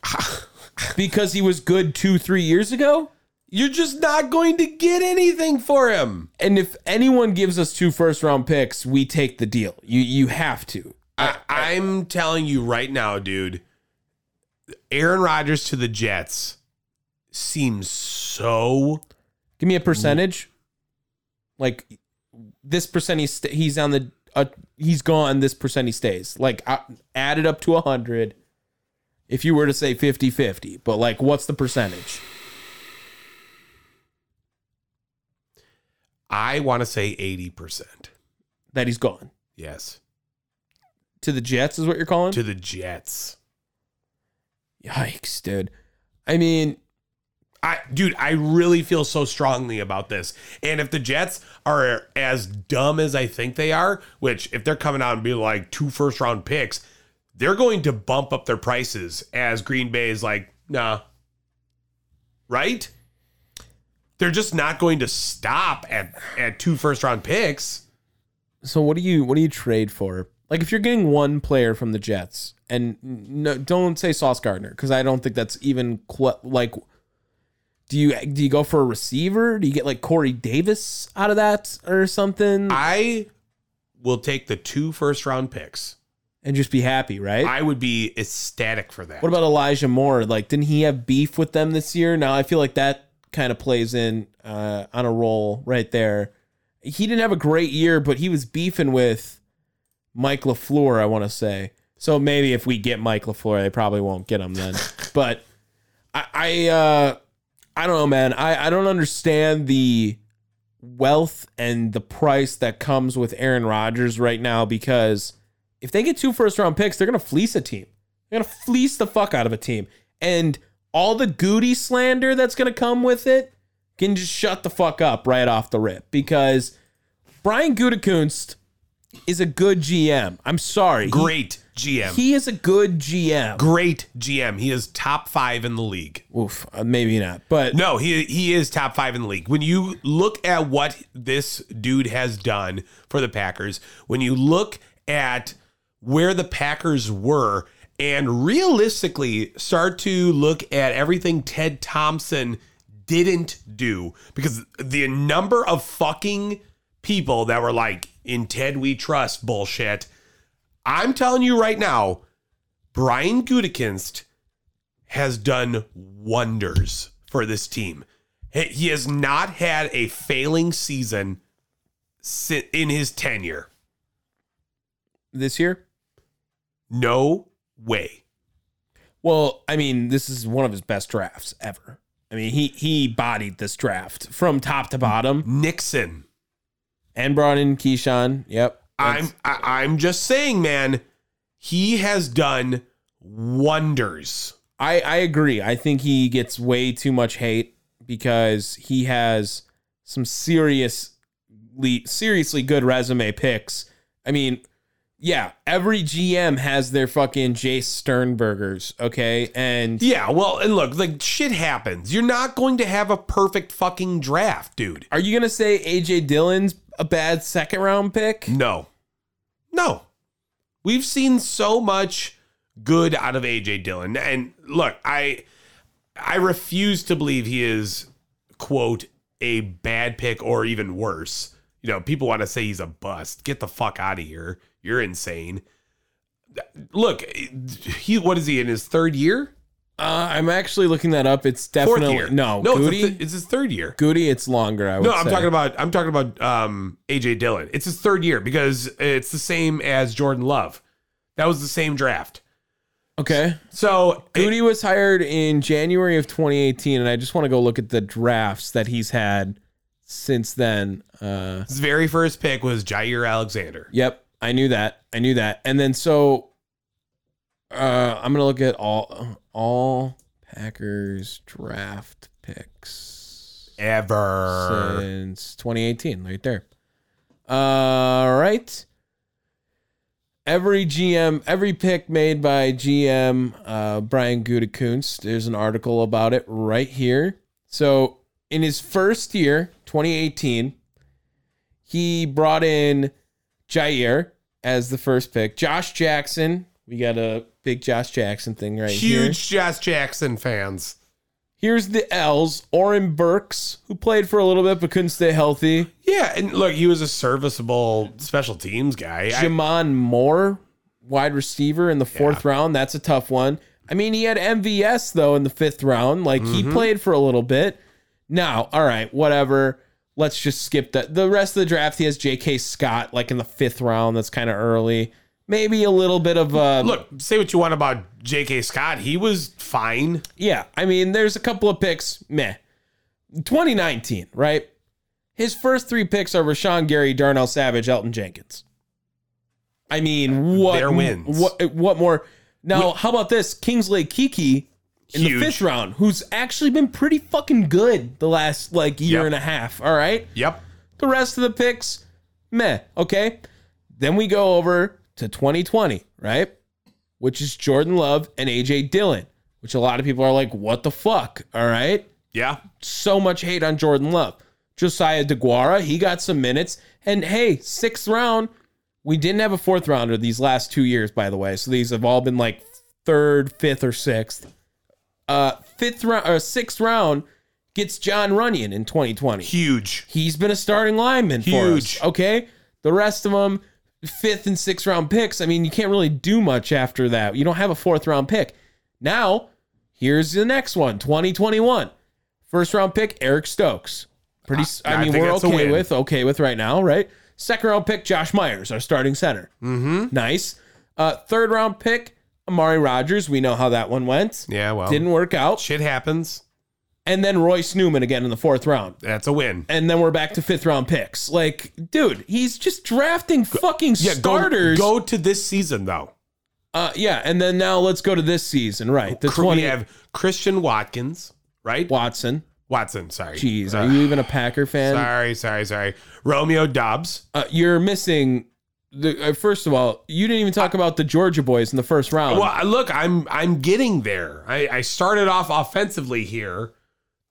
S3: because he was good two, three years ago.
S1: You're just not going to get anything for him.
S3: And if anyone gives us two first round picks, we take the deal. You You have to.
S1: I, I'm telling you right now, dude. Aaron Rodgers to the Jets seems so
S3: Give me a percentage. Like this percent, he's st- he's on the uh, he's gone. This percent he stays. Like I, added up to hundred. If you were to say 50-50, but like, what's the percentage?
S1: I want to say 80%.
S3: that he's gone
S1: Yes.
S3: to the Jets is what you're calling?
S1: To the Jets.
S3: Yikes, dude. I mean,
S1: I dude, I really feel so strongly about this. And if the Jets are as dumb as I think they are, which if they're coming out and be like two first round picks, they're going to bump up their prices as Green Bay is like, nah. Right? They're just not going to stop at at two first round picks.
S3: so what do you what do you trade for? Like if you're getting one player from the Jets and no don't say Sauce Gardner cuz I don't think that's even cl- like do you do you go for a receiver? Do you get like Corey Davis out of that or something
S1: I will take the two first round picks.
S3: and just be happy, right?
S1: I would be ecstatic for that.
S3: what about Elijah Moore? Like didn't he have beef with them this year? Now I feel like that kind of plays in uh, on a roll right there. He didn't have a great year, but he was beefing with Mike LaFleur, I want to say. So maybe if we get Mike LaFleur, they probably won't get him then. but I I uh I don't know, man. I, I don't understand the wealth and the price that comes with Aaron Rodgers right now because if they get two first round picks, they're gonna fleece a team. They're gonna fleece the fuck out of a team. And all the Goody slander that's gonna come with it can just shut the fuck up right off the rip because Brian Gutekunst is a good GM. I'm sorry. He-
S1: Great GM.
S3: He, is a good GM.
S1: Great GM. He is top 5 in the league.
S3: Oof, uh, maybe not. But
S1: No, he he is top five in the league. When you look at what this dude has done for the Packers, when you look at where the Packers were, and realistically start to look at everything Ted Thompson didn't do, because the number of fucking people that were like, in Ted we trust bullshit. I'm telling you right now, Brian Gutekunst has done wonders for this team. He- He has not had a failing season si- in his tenure.
S3: this year,
S1: No way.
S3: Well, I mean, this is one of his best drafts ever. I mean, he he bodied this draft from top to bottom
S1: Nixon.
S3: and brought in Keyshawn. Yep.
S1: I'm I, I'm just saying, man, he has done wonders.
S3: I, I agree. I think he gets way too much hate because he has some seriously seriously good resume picks. I mean, yeah, every GM has their fucking Jace Sternbergers, okay? And
S1: Yeah, well, and look, like shit happens. You're not going to have a perfect fucking draft, dude.
S3: are you gonna say AJ Dillon's a bad second round pick?
S1: No. No. We've seen so much good out of AJ Dillon. And look, I I refuse to believe he is quote a bad pick or even worse. You know, people want to say he's a bust. Get the fuck out of here. You're insane. Look, he what is he in his third year?
S3: Uh, I'm actually looking that up. It's
S1: Fourth
S3: definitely
S1: year?
S3: no,
S1: no, it's,
S3: Goody.
S1: a th- it's his third year.
S3: Goody, it's longer. I would
S1: No, I'm
S3: say.
S1: talking about I'm talking about um, AJ Dillon. It's his third year because it's the same as Jordan Love. That was the same draft.
S3: okay.
S1: So it-
S3: Goody was hired in January of 2018, and I just want to go look at the drafts that he's had since then. Uh,
S1: his very first pick was Jair Alexander.
S3: yep, I knew that. I knew that. And then so uh, I'm gonna look at all all Packers draft picks
S1: Ever.
S3: since 2018, right there. All right. Every GM, every pick made by GM uh, Brian Gutekunst, there's an article about it right here. So in his first year, 2018, he brought in Jair as the first pick. Josh Jackson, we got a big Josh Jackson thing right here.
S1: Huge Josh Jackson fans.
S3: Here's the L's. Oren Burks, who played for a little bit but couldn't stay healthy.
S1: Yeah, and look, he was a serviceable special teams guy. I-
S3: Jamon Moore, wide receiver in the fourth round. That's a tough one. I mean, he had MVS though in the fifth round. Like
S1: Mm-hmm.
S3: he played for a little bit. Now, all right, whatever. Let's just skip that. The rest of the draft, he has J.K. Scott like in the fifth round. That's kind of early. Maybe a little bit of uh,
S1: look, say what you want about J.K. Scott. He was fine.
S3: Yeah, I mean, there's a couple of picks. Meh. 2019, right? His first three picks are Rashawn Gary, Darnell Savage, Elton Jenkins. I mean, what
S1: Their wins.
S3: What what more? Now, how about this? Kingsley Kiki in
S1: Huge.
S3: the fifth round, who's actually been pretty fucking good the last like year
S1: Yep.
S3: and a half. All right.
S1: Yep.
S3: The rest of the picks, meh. Okay. Then we go over to 2020, right? Which is Jordan Love and AJ Dillon, which a lot of people are like, what the fuck? All right.
S1: Yeah.
S3: So much hate on Jordan Love. Josiah DeGuara, he got some minutes. And hey, sixth round, we didn't have a fourth rounder these last two years, by the way. So these have all been like third, fifth, or sixth. Uh, fifth round or sixth round gets John Runyon in 2020
S1: Huge.
S3: he's been a starting lineman for
S1: Huge.
S3: us. Okay, the rest of them, fifth and sixth round picks. I mean, you can't really do much after that. You don't have a fourth round pick. Now, here's the next one, 2021, first round pick Eric Stokes. Pretty, s-
S1: I
S3: I, mean,
S1: think
S3: we're
S1: that's a
S3: okay
S1: win.
S3: with okay with right now, right? Second round pick Josh Myers, our starting center. Mm-hmm. Nice. Uh, third round pick Amari Rogers. We know how that one went.
S1: Yeah, well.
S3: Didn't work out.
S1: shit happens.
S3: And then Royce Newman again in the fourth round
S1: That's a win.
S3: and then we're back to fifth round picks. Like, dude, he's just drafting fucking
S1: Yeah, go-
S3: starters.
S1: go to this season though.
S3: Uh, yeah, and then now let's go to this season, right? The
S1: Cr-
S3: twenty
S1: We have Christian Watkins, right?
S3: Watson.
S1: Watson, sorry.
S3: Jeez,
S1: Uh,
S3: are you even a Packer fan?
S1: sorry, sorry, sorry. Romeo Dobbs.
S3: Uh, you're missing. The, uh, first of all, you didn't even talk about the Georgia boys in the first round.
S1: Well, I- look, I'm I'm getting there. I, I started off offensively here.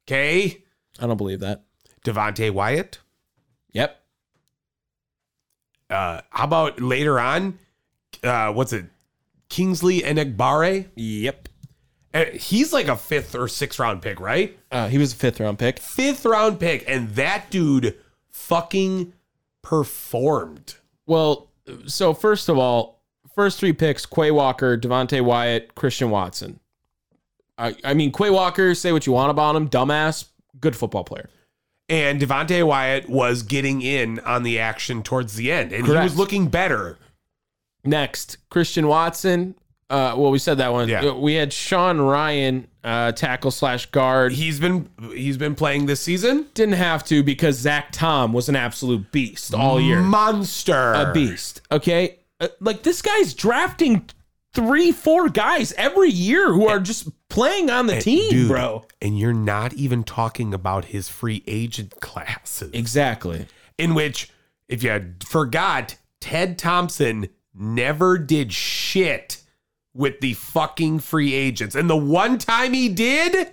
S1: Okay,
S3: I don't believe that.
S1: Devontae Wyatt.
S3: Yep.
S1: Uh, how about later on? Uh, what's it? Kingsley Enagbare.
S3: Yep.
S1: Uh, He's like a fifth or sixth round pick, right?
S3: Uh, he was a fifth round pick.
S1: Fifth round pick, and that dude fucking performed.
S3: Well, so first of all, first three picks: Quay Walker, Devontae Wyatt, Christian Watson. I, I mean, Quay Walker. Say what you want about him, dumbass. Good football player.
S1: and Devontae Wyatt was getting in on the action towards the end, and he
S3: Correct.
S1: was looking better.
S3: Next, Christian Watson. Uh, well, we said that one.
S1: Yeah.
S3: Uh, We had Sean Ryan, uh, tackle slash guard. He
S1: He's been he's been playing this season.
S3: didn't have to because Zach Tom was an absolute beast all year.
S1: Monster.
S3: a beast. Okay, Uh, like this guy's drafting three, four guys every year who are just playing on the team,
S1: Dude,
S3: bro.
S1: And you're not even talking about his free agent classes.
S3: Exactly.
S1: in which, if you forgot, Ted Thompson never did shit with the fucking free agents. And the one time he did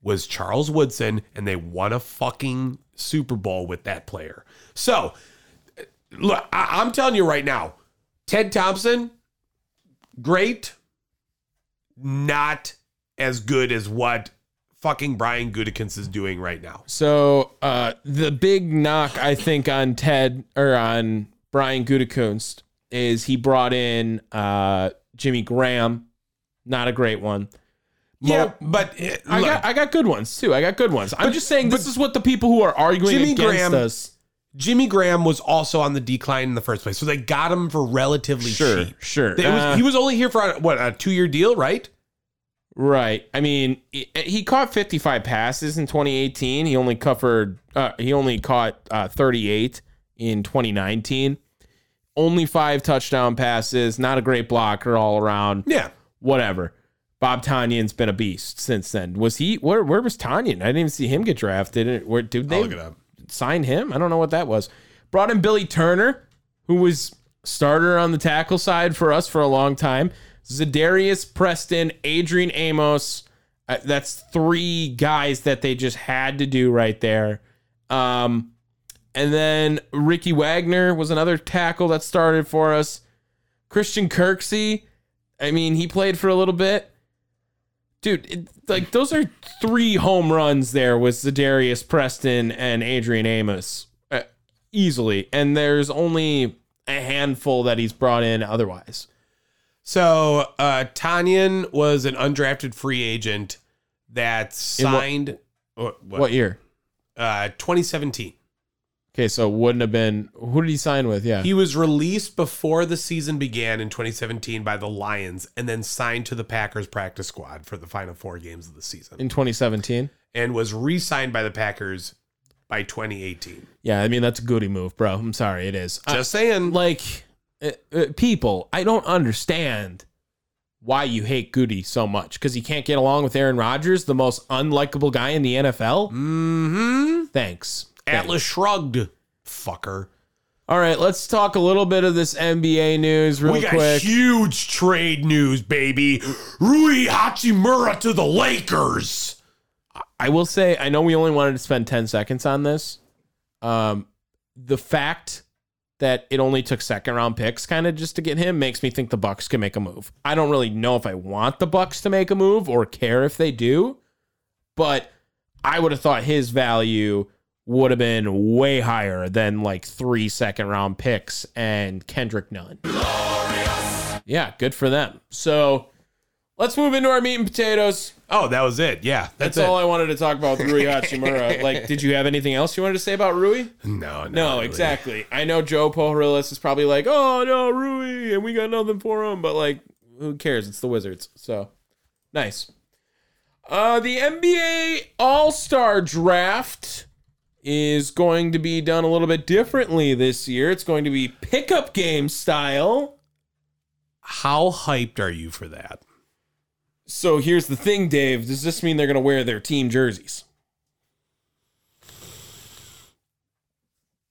S1: was Charles Woodson, and they won a fucking Super Bowl with that player. So, look, I- I'm telling you right now, Ted Thompson, great, not as good as what fucking Brian Gutekunst is doing right now.
S3: So uh, the big knock I think on Ted or on Brian Gutekunst is he brought in uh, Jimmy Graham, not a great one. Mo-
S1: Yeah, but uh,
S3: I
S1: look,
S3: got I got good ones too. I got good ones. I'm just saying this is what the people who are arguing
S1: Jimmy
S3: against
S1: Graham-
S3: us.
S1: Jimmy Graham was also on the decline in the first place, so they got him for relatively
S3: Sure,
S1: cheap.
S3: sure.
S1: It was-
S3: Uh,
S1: he was only here for what a two-year deal, right?
S3: Right. I mean, he, he caught 55 passes in 2018. He only covered uh, he only caught uh, 38 in 2019. Only 5 touchdown passes, not a great blocker all around,
S1: Yeah,
S3: whatever. Bob Tanyan's been a beast since then. Was he where where was Tanyan? I didn't even see him get drafted. Where did they
S1: up.
S3: sign him? I don't know what that was. Brought in Billy Turner, who was starter on the tackle side for us for a long time. Zadarius Preston, Adrian Amos. Uh, that's three guys that they just had to do right there. Um, and then Ricky Wagner was another tackle that started for us. Christian Kirksey, I mean, he played for a little bit. Dude, it, like those are three home runs there with Zadarius Preston and Adrian Amos uh, easily, and there's only a handful that he's brought in otherwise.
S1: So uh, Tanyan was an undrafted free agent that
S3: In what-
S1: signed uh, what, what,
S3: What year?
S1: Uh, 2017.
S3: Okay, so wouldn't have been. Who did he sign with? Yeah,
S1: He was released before the season began in 2017 by the Lions, and then signed to the Packers practice squad for the final four games of the season,
S3: in 2017.
S1: and was re-signed by the Packers by 2018.
S3: Yeah, I mean that's a goody move, bro. I'm sorry, it is. I-
S1: Just saying.
S3: like uh, uh, people, I don't understand why you hate Goody so much because he can't get along with Aaron Rodgers, the most unlikable guy in the NFL.
S1: Mm. Mm-hmm.
S3: Thanks.
S1: Atlas shrugged. Fucker.
S3: All right, let's talk a little bit of this NBA news real
S1: we got
S3: quick.
S1: huge trade news, baby. Rui Hachimura to the Lakers.
S3: I will say, I know we only wanted to spend 10 seconds on this. Um, the fact that it only took second round picks kind of just to get him makes me think the Bucks can make a move. I don't really know if I want the Bucks to make a move or care if they do, but I would have thought his value would have been way higher than like three second round picks and Kendrick Nunn. Yeah, good for them. So let's move into our meat and potatoes.
S1: Oh, that was it. Yeah, that's,
S3: That's
S1: it.
S3: all I wanted to talk about with Rui Hachimura. like, did you have anything else you wanted to say about Rui?
S1: no,
S3: No, exactly. I know Joe Pohrillis is probably like, oh no, Rui, and we got nothing for him, but like, who cares? It's the Wizards. So nice. Uh the NBA All-Star Draft is going to be done a little bit differently this year. It's going to be pickup game style.
S1: How hyped are you for that?
S3: So here's the thing, Dave. Does this mean they're gonna wear their team jerseys?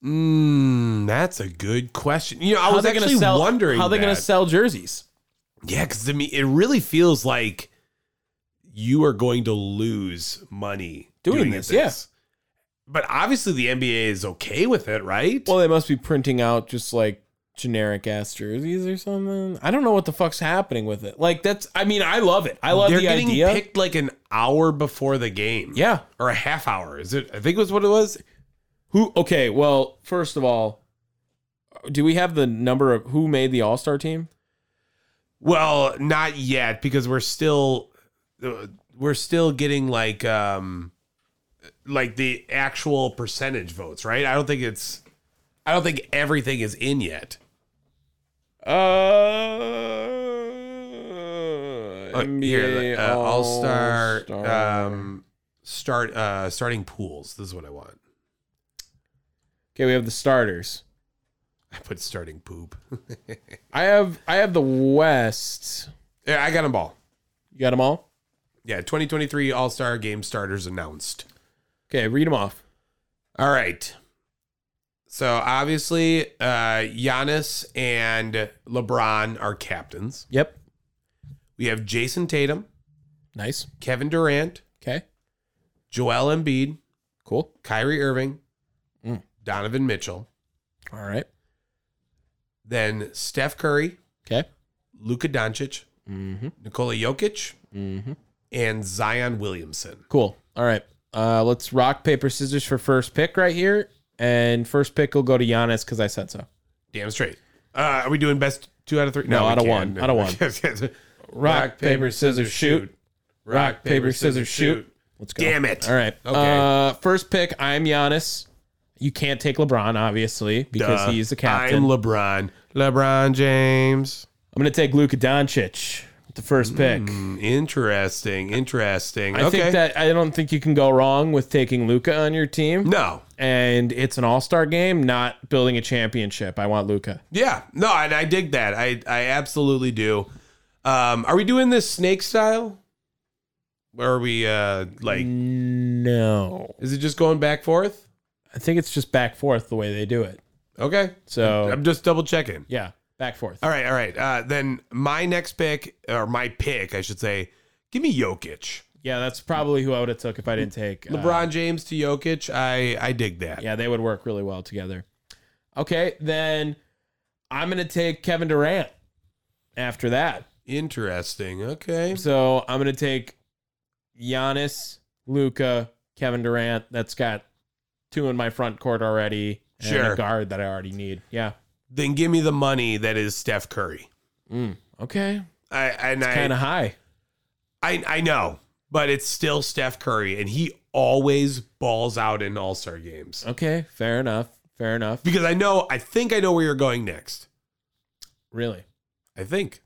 S1: Mm, that's a good question. You know, I
S3: How
S1: was
S3: they
S1: actually
S3: sell,
S1: wondering
S3: how they going to
S1: that.
S3: sell jerseys?
S1: Yeah, because I mean, it really feels like you are going to lose money
S3: Doing
S1: it
S3: this, yeah.
S1: But obviously, the NBA is okay with it, right?
S3: Well, they must be printing out just like generic ass jerseys or something. I don't know what the fuck's happening with it. Like that's I mean, I love it. I love
S1: They're
S3: the
S1: getting
S3: idea.
S1: picked like an hour before the game.
S3: yeah.
S1: Or a half hour. Is it I think it was what it was?
S3: Who okay, well, first of all, do we have the number of who made the All-Star team?
S1: Well, not yet because we're still uh, we're still getting like um like the actual percentage votes, right? I don't think it's I don't think everything is in yet.
S3: Uh NBA
S1: Uh, Here, uh, All Star
S3: All-Star.
S1: um, start uh, starting pools. This is what I want.
S3: okay, we have the starters.
S1: I put starting poop.
S3: I have I have the West.
S1: yeah, I got them all.
S3: You got them all?
S1: Yeah, 2023 All Star Game starters announced.
S3: Okay, read them off.
S1: All right. So obviously, uh, Giannis and LeBron are captains.
S3: Yep.
S1: We have Jason Tatum,
S3: Nice.
S1: Kevin Durant,
S3: Okay.
S1: Joel Embiid,
S3: Cool.
S1: Kyrie Irving,
S3: Mm.
S1: Donovan Mitchell,
S3: All right.
S1: then Steph Curry,
S3: Okay.
S1: Luka Doncic,
S3: Mm-hmm.
S1: Nikola Jokic,
S3: Mm-hmm.
S1: and Zion Williamson.
S3: Cool. All right. Uh, let's rock paper scissors for first pick right here, and first pick will go to Giannis because I said so.
S1: Damn straight. Uh, are we doing best two out of three?
S3: No,
S1: we
S3: out of
S1: can't.
S3: one. Out of one. Rock, paper, scissors, shoot. Rock, paper, scissors, shoot. Let's go.
S1: Damn it.
S3: All right.
S1: Okay.
S3: Uh, first pick, I'm Giannis. You can't take LeBron, obviously, because
S1: Duh.
S3: he's the captain.
S1: I'm
S3: I'm,
S1: LeBron. LeBron James.
S3: going to take Luka Doncic with the first pick.
S1: Mm, Interesting. Interesting.
S3: I
S1: okay.
S3: think that I don't think you can go wrong with taking Luka on your team.
S1: no.
S3: And it's an all star game, not building a championship. I want Luka.
S1: Yeah. No, and I dig that. I I absolutely do. Um, are we doing this snake style? Or are we uh like
S3: Mm. No.
S1: is it just going back forth?
S3: I think it's just back forth the way they do it.
S1: Okay.
S3: So
S1: I'm just double checking.
S3: yeah, back forth.
S1: All right, all right. Uh then my next pick, or my pick, I should say, give me Jokic.
S3: Yeah, that's probably who I would have took if I didn't take uh,
S1: LeBron James to Jokic. I I dig that.
S3: Yeah, they would work really well together. Okay, then I'm going to take Kevin Durant after that.
S1: Interesting. Okay.
S3: So I'm going to take Giannis, Luca, Kevin Durant. That's got two in my front court already. And
S1: Sure.
S3: a guard that I already need. Yeah.
S1: Then give me the money that is Steph Curry.
S3: Mm, okay.
S1: I and I
S3: Kind of high.
S1: I I know, but it's still Steph Curry, and he always balls out in All Star games.
S3: Okay. Fair enough. Fair enough.
S1: Because I know, I think I know where you're going next.
S3: Really.
S1: I think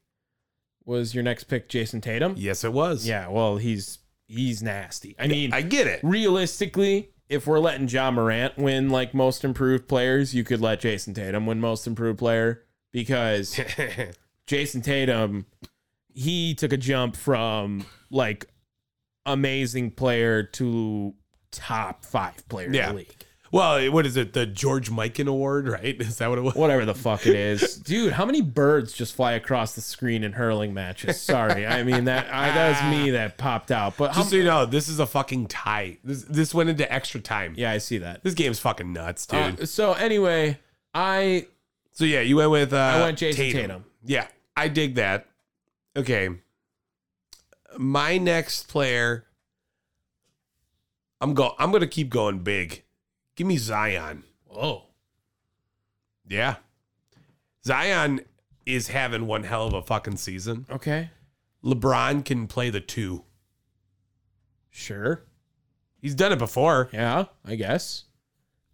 S3: Was your next pick Jason Tatum?
S1: yes, it was.
S3: Yeah, well, he's he's nasty. I mean,
S1: I get it.
S3: realistically, if we're letting John Morant win like most improved players, you could let Jason Tatum win most improved player because Jason Tatum he took a jump from like amazing player to top 5 player
S1: Yeah.
S3: in the league.
S1: well, what is it? The George Mikan Award, right? Is that what it was?
S3: Whatever the fuck it is. Dude, how many birds just fly across the screen in hurling matches? Sorry. I mean that I, that was me that popped out. But how,
S1: Ah. Just so you know, this is a fucking tie. This this went into extra time.
S3: yeah, I see that.
S1: This game's fucking nuts, dude.
S3: Uh, so anyway, I
S1: so yeah, you went with uh, I
S3: went Jason Tatum.
S1: Yeah, I dig that. Okay, my next player, I'm go. I'm gonna keep going big. Give me Zion.
S3: oh
S1: Yeah, Zion is having one hell of a fucking season.
S3: okay
S1: LeBron can play the two.
S3: sure
S1: He's done it before.
S3: yeah I guess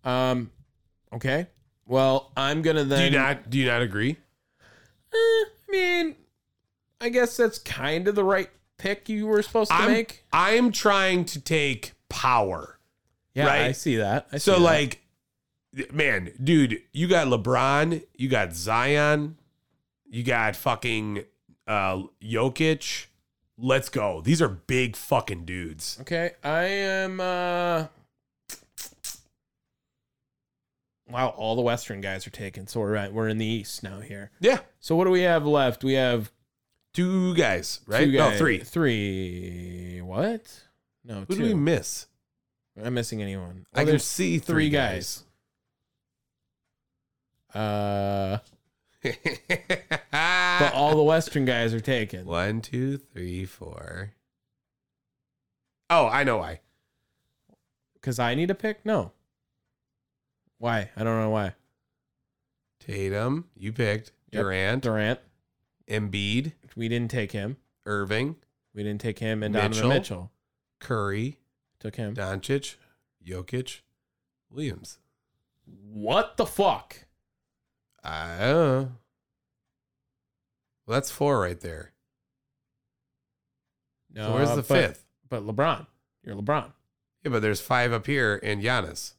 S3: um okay well I'm gonna
S1: Do
S3: then
S1: you not? Do you not agree?
S3: Eh, I mean I guess that's kind of the right pick you were supposed to
S1: I'm
S3: make
S1: I'm trying to take power.
S3: yeah
S1: right.
S3: I see that I
S1: So
S3: see that.
S1: like, man, dude, you got LeBron, you got Zion, you got fucking uh Jokic. Let's go. These are big fucking dudes.
S3: okay I am uh wow all the Western guys are taken so we're right we're in the East now here
S1: Yeah,
S3: so what do we have left we have
S1: two guys, right?
S3: two
S1: No,
S3: guys-
S1: three.
S3: three what no
S1: Who
S3: two
S1: do we miss?
S3: I'm missing anyone
S1: I
S3: Oh,
S1: can
S3: there's
S1: see
S3: three
S1: three, guys.
S3: Uh, but all the Western guys are taken.
S1: One, two, three, four. Oh, I know why.
S3: Because I need a pick? No. Why? I don't know why.
S1: Tatum, you picked
S3: Yep.
S1: Durant,
S3: Durant,
S1: Embiid,
S3: we didn't take him.
S1: Irving,
S3: We didn't take him. And
S1: Mitchell?
S3: Donovan Mitchell,
S1: Curry,
S3: took him.
S1: Doncic, Jokic, Williams.
S3: What the fuck?
S1: I don't know. Well, that's four right there.
S3: No,
S1: So where's the
S3: Uh, but-
S1: fifth?
S3: But LeBron, you're LeBron.
S1: Yeah, but there's five up here and Giannis.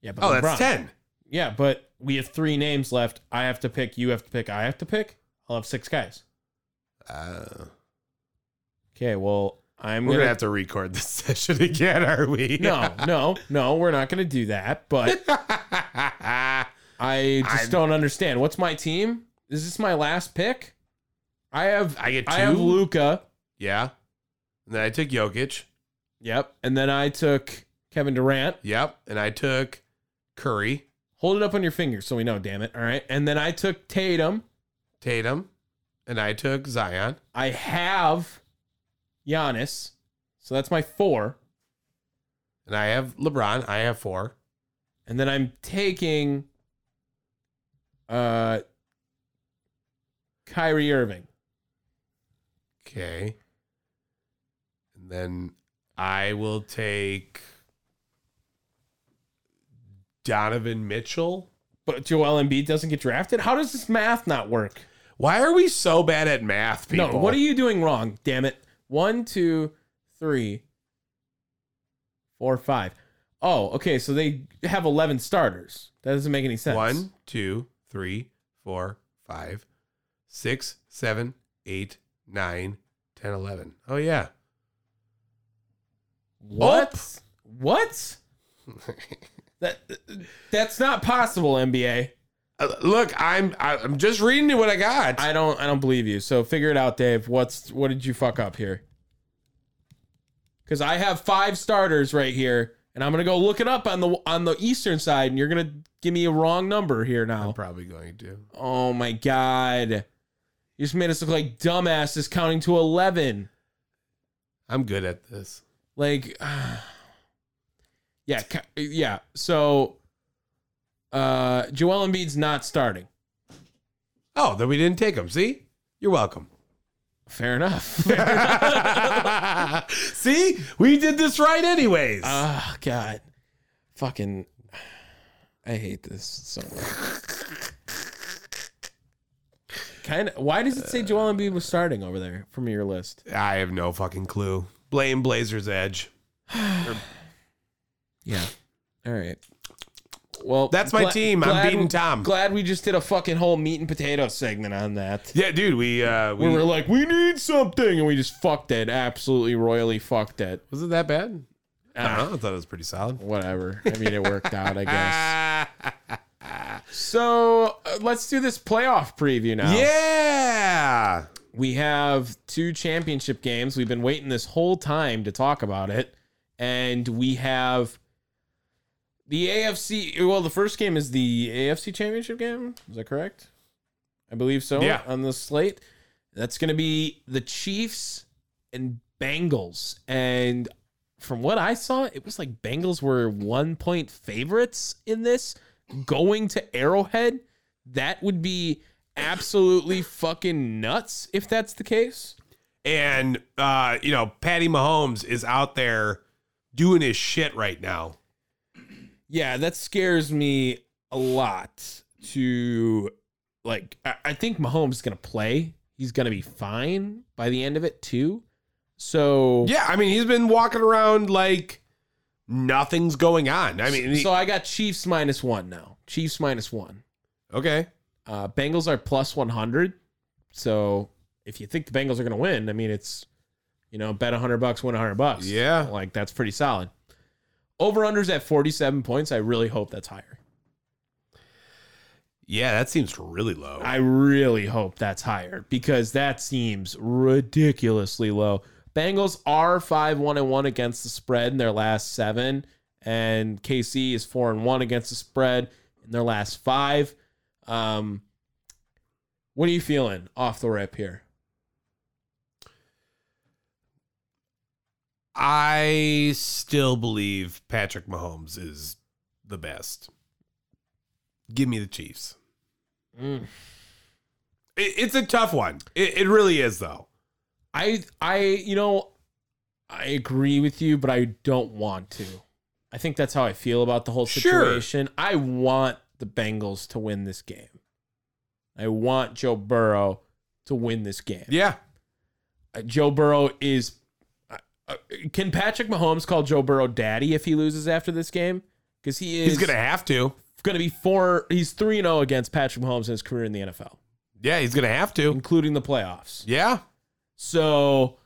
S3: Yeah, but
S1: Oh,
S3: LeBron.
S1: that's ten.
S3: Yeah, but we have three names left. I have to pick. You have to pick. I have to pick. I'll have six guys.
S1: Uh,
S3: Okay, well, I'm
S1: we're
S3: gonna.
S1: gonna have to record this session again, are we?
S3: no, no, no. We're not gonna do that. But I just
S1: I'm-
S3: don't understand. What's my team? Is this my last pick? I have.
S1: I get
S3: I have
S1: two?
S3: Luca.
S1: yeah. And then I took Jokic.
S3: Yep. And then I took Kevin Durant.
S1: Yep. And I took Curry,
S3: Hold it up on your finger so we know. Damn it. All right. And then I took Tatum.
S1: Tatum, and I took Zion.
S3: I have Giannis. So that's my four.
S1: And I have LeBron. I have four.
S3: And then I'm taking uh Kyrie Irving.
S1: Okay. And then I will take Donovan Mitchell.
S3: But Joel Embiid doesn't get drafted? How does this math not work?
S1: Why are we so bad at math, people?
S3: No, what are you doing wrong? Damn it. One, two, three, four, five. Oh, okay. So they have 11 starters. That doesn't make any sense.
S1: One, two, three, four, five, six, seven, eight, nine, ten, eleven. Oh yeah.
S3: What? What? That that's not possible, NBA.
S1: Uh, Look, I'm I- I'm just reading you what I got.
S3: I don't I don't believe you. So figure it out, Dave. What's what did you fuck up here? Cuz I have 5 starters right here and I'm going to go look it up on the on the eastern side and you're going to give me a wrong number here now.
S1: I'm probably going to.
S3: Oh my god. You just made us look like dumbasses counting to 11.
S1: I'm good at this.
S3: Like Yeah, ca- yeah. So uh Joel Embiid's not starting.
S1: Oh, then we didn't take him. See, you're welcome.
S3: Fair enough.
S1: See, we did this right, anyways.
S3: Oh god. Fucking I hate this so much. Kind of. Why does it say Joel Embiid was starting over there from your list?
S1: I have no fucking clue. Blame Blazers Edge.
S3: Yeah. All right. Well,
S1: That's my
S3: gla-
S1: team. I'm
S3: glad-
S1: beating Tom.
S3: Glad we just did a fucking whole meat and potato segment on that.
S1: Yeah, dude, we uh,
S3: We
S1: we
S3: were like, we need something, and we just fucked it. Absolutely, royally fucked it.
S1: was it that bad? I
S3: Ah,
S1: don't know. I thought it was pretty solid.
S3: whatever. I mean, it worked out, I guess.
S1: Ah,
S3: So uh, let's do this playoff preview now.
S1: yeah.
S3: We have two championship games. We've been waiting this whole time to talk about it. And we have the AFC. Well, the first game is the AFC championship game. Is that correct? I believe so.
S1: Yeah.
S3: On the slate. That's going to be the Chiefs and Bengals. And from what I saw, it was like Bengals were one point favorites in this going to Arrowhead. That would be absolutely fucking nuts if that's the case.
S1: And uh, you know, Patty Mahomes is out there doing his shit right now.
S3: Yeah, that scares me a lot. To like, I, I think Mahomes is gonna play. He's gonna be fine by the end of it too. So
S1: Yeah, I mean, he's been walking around like nothing's going on. I mean, he-
S3: so I got Chiefs minus one now. Chiefs minus one.
S1: okay.
S3: Uh, Bengals are plus 100. So if you think the Bengals are going to win, I mean, it's, you know, bet 100 bucks, win 100 bucks.
S1: Yeah.
S3: Like, that's pretty solid. Over unders at 47 points. I really hope that's higher.
S1: Yeah, that seems really low.
S3: I really hope that's higher because that seems ridiculously low. Bengals are 5 1 and 1 against the spread in their last seven, and KC is 4 and 1 against the spread in their last five. Um, what are you feeling off the rip here?
S1: I still believe Patrick Mahomes is the best. Give me the Chiefs. Mm. It, it's a tough one. It, it really is, though.
S3: I I you know I agree with you, but I don't want to. I think that's how I feel about the whole
S1: Sure.
S3: situation. I want the Bengals to win this game. I want Joe Burrow to win this game.
S1: Yeah.
S3: uh, Joe Burrow is. uh, uh, Can Patrick Mahomes call Joe Burrow daddy if he loses after this game? Because he is
S1: He's gonna have to.
S3: going to be four. He's three and zero against Patrick Mahomes in his career in the NFL,
S1: Yeah, he's gonna have to.
S3: including the playoffs.
S1: Yeah.
S3: So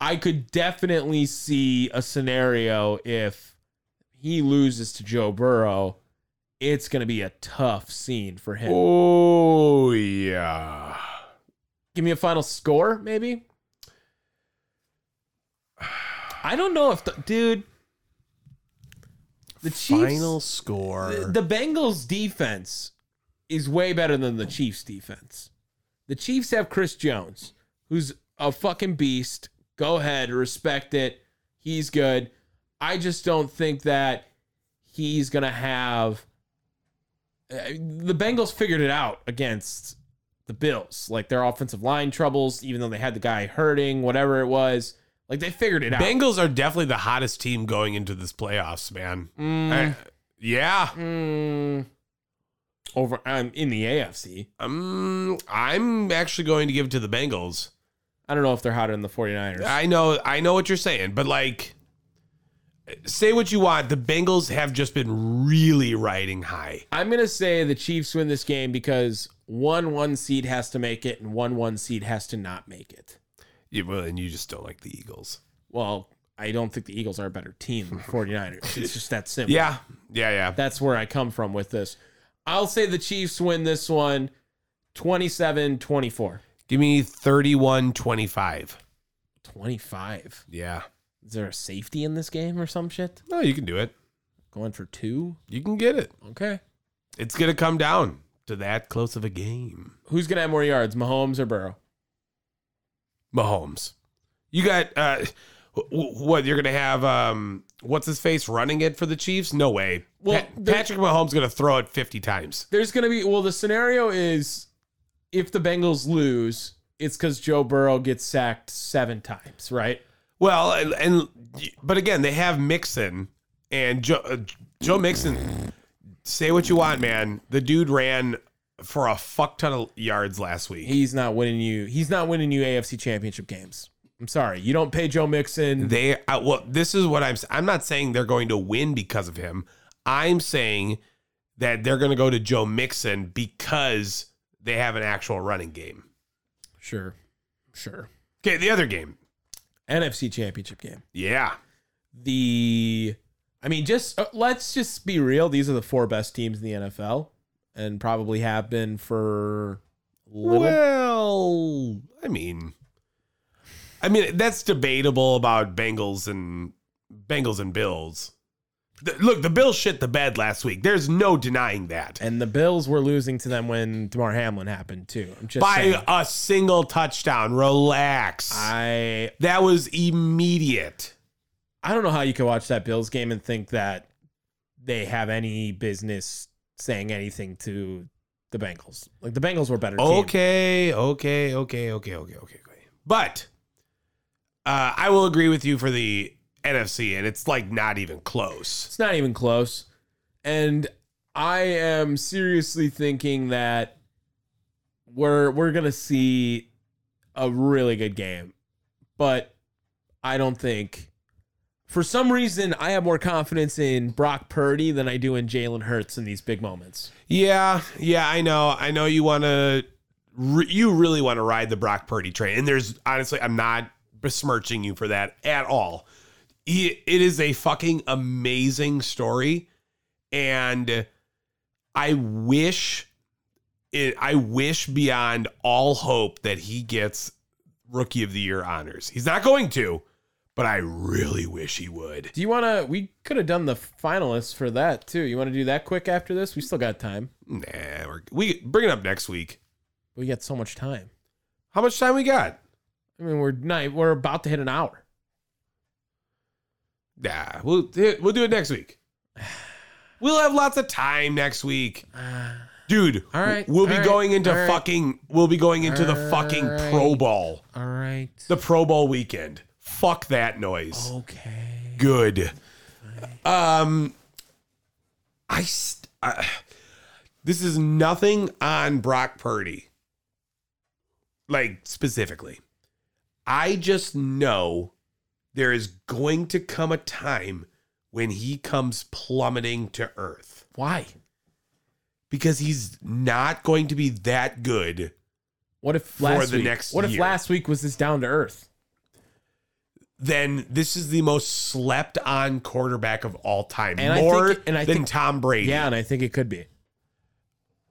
S3: I could definitely see a scenario if he loses to Joe Burrow, it's going to be a tough scene for him.
S1: Oh yeah.
S3: Give me a final score, maybe. I don't know if the dude. The Chiefs,
S1: Final score.
S3: the Bengals defense is way better than the Chiefs defense. The Chiefs have Chris Jones, who's a fucking beast. Go ahead, respect it. He's good. I just don't think that he's going to have uh, the Bengals figured it out against the Bills. Like their offensive line troubles, even though they had the guy hurting, whatever it was. Like they figured it out.
S1: Bengals are definitely the hottest team going into this playoffs, man. I- yeah.
S3: Mm. over I'm in the AFC.
S1: Um, I'm actually going to give it to the Bengals.
S3: I don't know if they're hotter than the 49ers.
S1: I know, I know what you're saying, but like, say what you want. The Bengals have just been really riding high.
S3: I'm gonna say the Chiefs win this game because one one seed has to make it and one one seed has to not make it.
S1: You, well, and you just don't like the Eagles.
S3: Well, I don't think the Eagles are a better team than the 49ers. It's just that simple.
S1: Yeah, yeah, yeah.
S3: That's where I come from with this. I'll say the Chiefs win this one 27-24.
S1: Give me 31-25.
S3: 25.
S1: Yeah.
S3: Is there a safety in this game or some shit?
S1: No, you can do it.
S3: Going for two?
S1: You can get it.
S3: Okay.
S1: It's gonna come down to that close of a game.
S3: Who's gonna have more yards? Mahomes or Burrow?
S1: Mahomes, you got uh, wh- wh- what? You're gonna have um, what's his face running it for the Chiefs? No way.
S3: Well,
S1: Pa-
S3: there-
S1: Patrick Mahomes gonna throw it 50 times.
S3: There's going to be well, the scenario is if the Bengals lose, it's because Joe Burrow gets sacked seven times, right?
S1: Well, and, and but again, they have Mixon and Joe, uh, Joe Mixon. Say what you want, man. The dude ran for a fuck ton of yards last week.
S3: He's not winning you. He's not winning you AFC Championship games. I'm sorry, you don't pay Joe Mixon.
S1: They uh, well, this is what I'm. s- I'm not saying they're going to win because of him. I'm saying that they're going to go to Joe Mixon because they have an actual running game.
S3: Sure, sure.
S1: Okay, the other game.
S3: NFC Championship game.
S1: Yeah,
S3: The, I mean, just uh, let's just be real. These are the four best teams in the NFL, and probably have been for a little.
S1: Well, I mean, I mean that's debatable about Bengals and Bengals and Bills. The- look, the Bills shit the bed last week. There's no denying that
S3: and the Bills were losing to them when Damar Hamlin happened too. I'm just saying.
S1: by a single touchdown. Relax.
S3: I
S1: that was immediate.
S3: I don't know how you could watch that Bills game and think that they have any business saying anything to the Bengals. Like the Bengals were a better. team.
S1: Okay, okay, okay, okay, okay, okay, okay. But uh, I will agree with you for the NFC, and it's like not even close.
S3: it's not even close. And I am seriously thinking that we're we're gonna see a really good game, but I don't think. For some reason, I have more confidence in Brock Purdy than I do in Jalen Hurts in these big moments.
S1: Yeah, yeah, I know. I know you want to. Re- you really want to ride the Brock Purdy train, and there's honestly, I'm not besmirching you for that at all. He- It is a fucking amazing story, and I wish it. I wish beyond all hope that he gets Rookie of the Year honors. He's not going to, but I really wish he would.
S3: Do you want to? We could have done the finalists for that too. You want to do that quick after this? We still got time.
S1: Nah, we're, we bring it up next week.
S3: We got so much time.
S1: How much time we got?
S3: I mean, we're not, we're about to hit an hour.
S1: Nah, we'll we'll do it next week. We'll have lots of time next week,
S3: Ah,
S1: dude.
S3: All right,
S1: we'll be
S3: all right,
S1: going into
S3: all right.
S1: fucking. We'll be going into the
S3: All
S1: fucking
S3: right.
S1: Pro Bowl,
S3: All right.
S1: the Pro Bowl weekend. Fuck that
S3: Oh,
S1: noise.
S3: Okay.
S1: Good. Um, I, st- I. This is nothing on Brock Purdy. Like specifically, I just know there is going to come a time when he comes plummeting to earth
S3: Why?
S1: because he's not going to be that good.
S3: What if
S1: For
S3: last
S1: the
S3: week-
S1: next
S3: What if
S1: year.
S3: last week was this down to earth?
S1: Then this is the most slept on quarterback of all time,
S3: And I
S1: more
S3: think- and I
S1: than
S3: think-
S1: Tom Brady.
S3: Yeah, and I think it could be.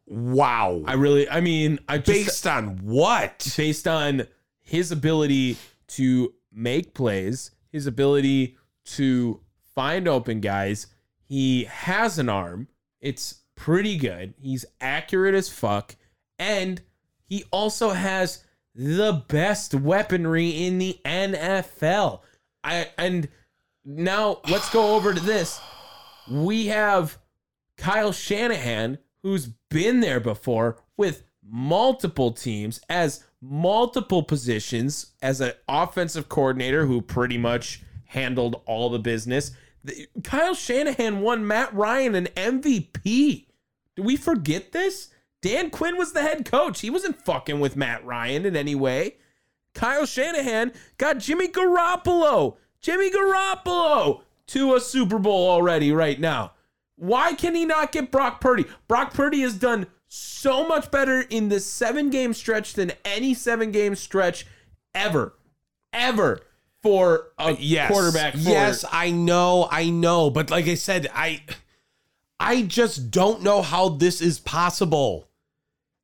S1: Wow.
S3: I really, I mean, I just
S1: Based on what?
S3: based on his ability to make plays, his ability to find open guys. He has an arm. It's pretty good. He's accurate as fuck. And he also has the best weaponry in the NFL. I and now let's go over to this. We have Kyle Shanahan, who's been there before with multiple teams as multiple positions as an offensive coordinator who pretty much handled all the business. The- Kyle Shanahan won Matt Ryan an MVP. Do we forget this? Dan Quinn was the head coach. He wasn't fucking with Matt Ryan in any way. Kyle Shanahan got Jimmy Garoppolo. Jimmy Garoppolo to a Super Bowl already right now. Why can he not get Brock Purdy? Brock Purdy has done so much better in this seven game stretch than any seven game stretch ever, ever for a
S1: yes.
S3: quarterback. For,
S1: Yes, I know, I know, but like I said, I I just don't know how this is possible.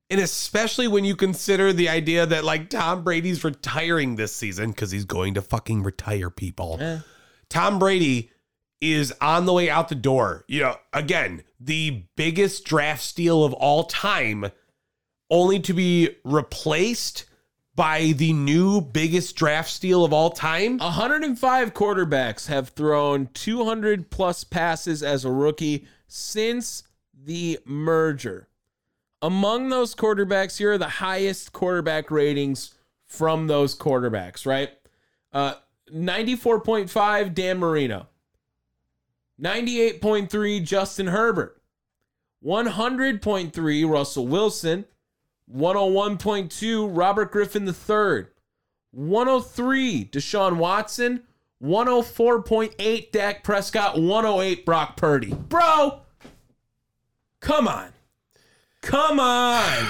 S1: And especially when you consider the idea that like Tom Brady's retiring this season cuz he's going to fucking retire people.
S3: Eh.
S1: Tom Brady is on the way out the door. You know, again, the biggest draft steal of all time only to be replaced by the new biggest draft steal of all time.
S3: 105 quarterbacks have thrown 200 plus passes as a rookie since the merger. Among those quarterbacks, here are the highest quarterback ratings from those quarterbacks, right? Uh, 94.5, Dan Marino. 98.3, Justin Herbert. 100.3, Russell Wilson. 101.2, Robert Griffin III. 103 Deshaun Watson, 104.8 Dak Prescott, 108 Brock Purdy. Bro, come on. Come on.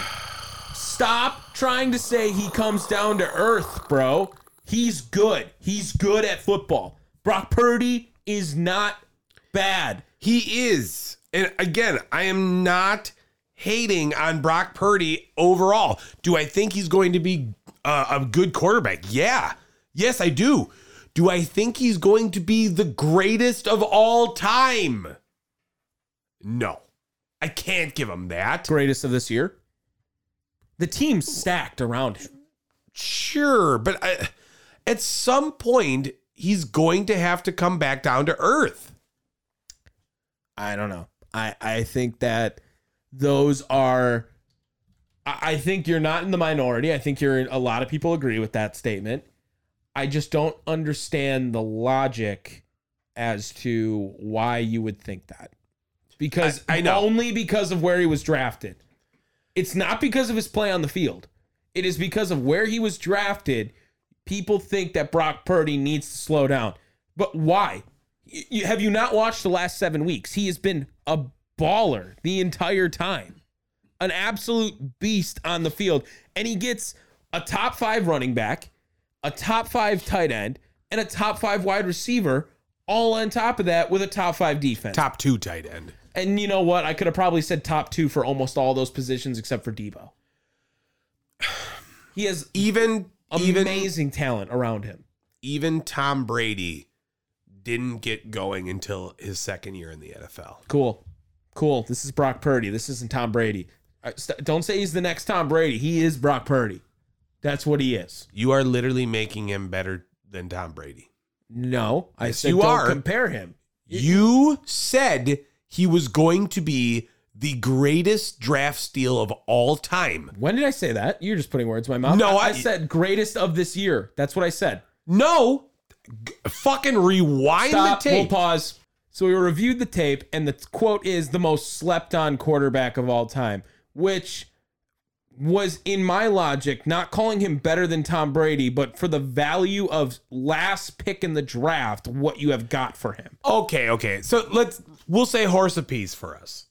S3: Stop trying to say he comes down to earth, bro. He's good. He's good at football. Brock Purdy is not bad.
S1: He is. And again, I am not hating on Brock Purdy overall. Do I think he's going to be uh, a good quarterback? Yeah. Yes, I do. Do I think he's going to be the greatest of all time? No. I can't give him that.
S3: Greatest of this year. The team's stacked around him.
S1: Sure, but I, at some point he's going to have to come back down to earth.
S3: I don't know. I I think that those are. I I think you're not in the minority. I think you're. A lot of people agree with that statement. I just don't understand the logic as to why you would think that. Because
S1: I- I know.
S3: only because of where he was drafted. It's not because of his play on the field. It is because of where he was drafted. People think that Brock Purdy needs to slow down. But why? Y- you- have you not watched the last seven weeks? He has been a baller the entire time, an absolute beast on the field. And he gets a top five running back, a top five tight end, and a top five wide receiver, all on top of that with a top five defense.
S1: Top 2 tight end.
S3: And you know what? I could have probably said top two for almost all those positions except for Debo. He has
S1: Even even
S3: amazing talent around him.
S1: even Tom Brady didn't get going until his second year in the NFL.
S3: Cool. Cool. This is Brock Purdy. This isn't Tom Brady. Uh, st- don't say he's the next Tom Brady. He is Brock Purdy. That's what he is.
S1: You are literally making him better than Tom Brady.
S3: No, I
S1: Yes,
S3: said
S1: you
S3: don't
S1: are.
S3: compare him.
S1: You said he was going to be the greatest draft steal of all time.
S3: When did I say that? You're just putting words in my mouth.
S1: No,
S3: I, I
S1: I-
S3: said greatest of this year. That's what I said.
S1: No, G- fucking rewind
S3: Stop.
S1: the tape.
S3: We'll pause. So we reviewed the tape, and the quote is the most slept on quarterback of all time, which was in my logic not calling him better than Tom Brady, but for the value of last pick in the draft, what you have got for him.
S1: Okay, okay. So let's we'll say horse apiece for us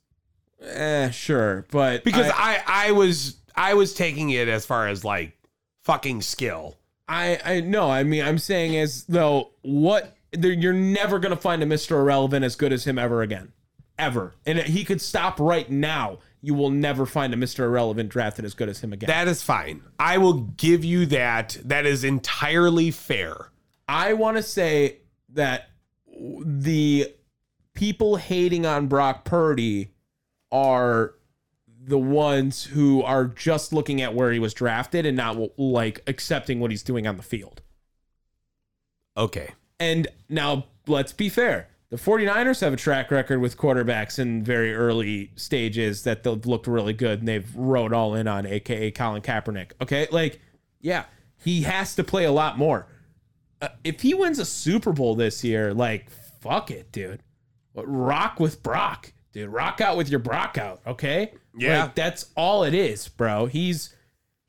S3: Eh, sure, but
S1: because
S3: I-
S1: I, I was I was taking it as far as like fucking skill.
S3: I I no, I mean I'm saying as though what there, you're never gonna find a Mr. Irrelevant as good as him ever again, ever. And he could stop right now. You will never find a Mr. Irrelevant drafted as good as him again.
S1: That is fine. I will give you that. That is entirely fair.
S3: I want to say that the people hating on Brock Purdy are the ones who are just looking at where he was drafted and not like accepting what he's doing on the field.
S1: Okay.
S3: And now let's be fair. The 49ers have a track record with quarterbacks in very early stages that they've looked really good and they've rode all in on, aka Colin Kaepernick. Okay, like, yeah, he has to play a lot more. Uh, if he wins a Super Bowl this year, like, fuck it, dude. But rock with Brock, dude. Rock out with your Brock out, okay?
S1: Yeah.
S3: Like, that's all it is, bro. He's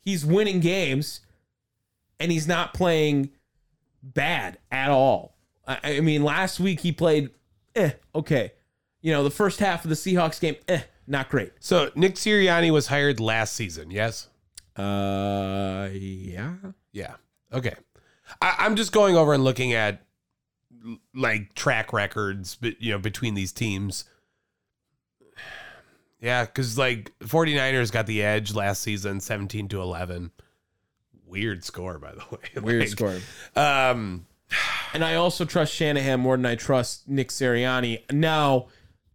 S3: he's winning games and he's not playing bad at all. I, I mean, last week he played, eh, okay. You know, the first half of the Seahawks game, eh, not great.
S1: So Nick Sirianni was hired last season. Yes.
S3: Uh, yeah.
S1: Yeah. Okay. I, I'm just going over and looking at l- like track records, but you know, between these teams. Yeah, because like 49ers got the edge last season, 17 to 11. Weird score, by the way.
S3: Weird
S1: Like,
S3: score.
S1: Um,
S3: And I also trust Shanahan more than I trust Nick Sirianni. Now,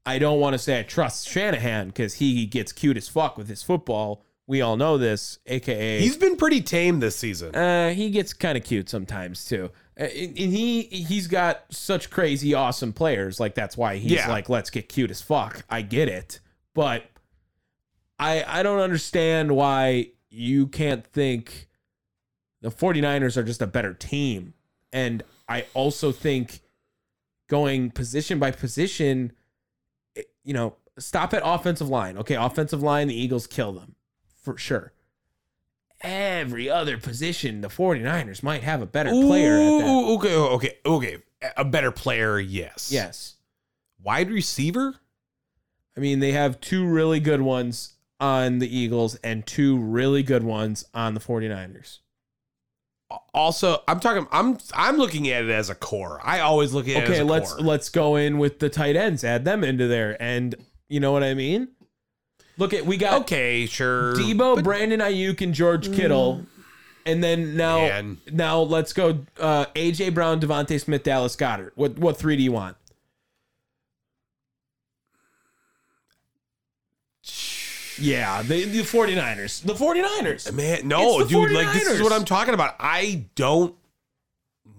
S3: I don't want to say I trust Shanahan because he gets cute as fuck with his football. We all know this, aka
S1: he's been pretty tame this season.
S3: Uh, he gets kind of cute sometimes too. Uh, And and he he's got such crazy awesome players. Like that's why he's
S1: Yeah.
S3: like, let's get cute as fuck. I get it, but I I don't understand why you can't think the 49ers are just a better team. And I also think going position by position, it- you know, stop at offensive line. Okay, offensive line, the Eagles kill them for sure. Every other position, the 49ers might have a better player at that.
S1: Ooh, okay, oh, okay, okay. A better player, yes.
S3: Yes.
S1: Wide receiver?
S3: I mean, they have two really good ones on the Eagles and two really good ones on the 49ers.
S1: Also, I'm talking I'm I'm looking at it as a core. I always look at it as
S3: okay,
S1: a
S3: let's
S1: core.
S3: let's go in with the tight ends, add them into there, and you know what I mean. Look at we got
S1: Okay, sure.
S3: Debo, Brandon Ayuk, and George Kittle, and then now
S1: Man.
S3: now let's go uh, AJ Brown, Devontae Smith, Dallas Goddard. What what three do you want? Yeah, the, the 49ers. The 49ers.
S1: Man, no,
S3: It's the
S1: dude, like this is
S3: 49ers.
S1: what I'm talking about. I don't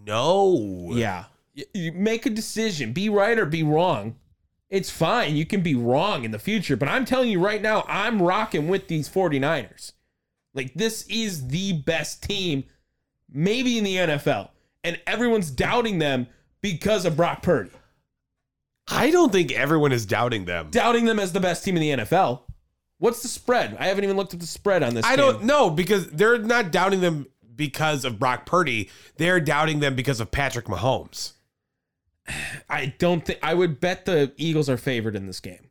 S1: know.
S3: Yeah. You- You make a decision. Be right or be wrong. It's fine. You can be wrong in the future, but I'm telling you right now, I'm rocking with these 49ers. Like, this is the best team, maybe in the NFL. And everyone's doubting them because of Brock Purdy,
S1: I don't think everyone is doubting them.
S3: doubting them as the best team in the NFL. What's the spread? I haven't even looked at the spread on this.
S1: I don't
S3: game.
S1: know because they're not doubting them because of Brock Purdy. They're doubting them because of Patrick Mahomes.
S3: I don't think. I would bet the Eagles are favored in this game.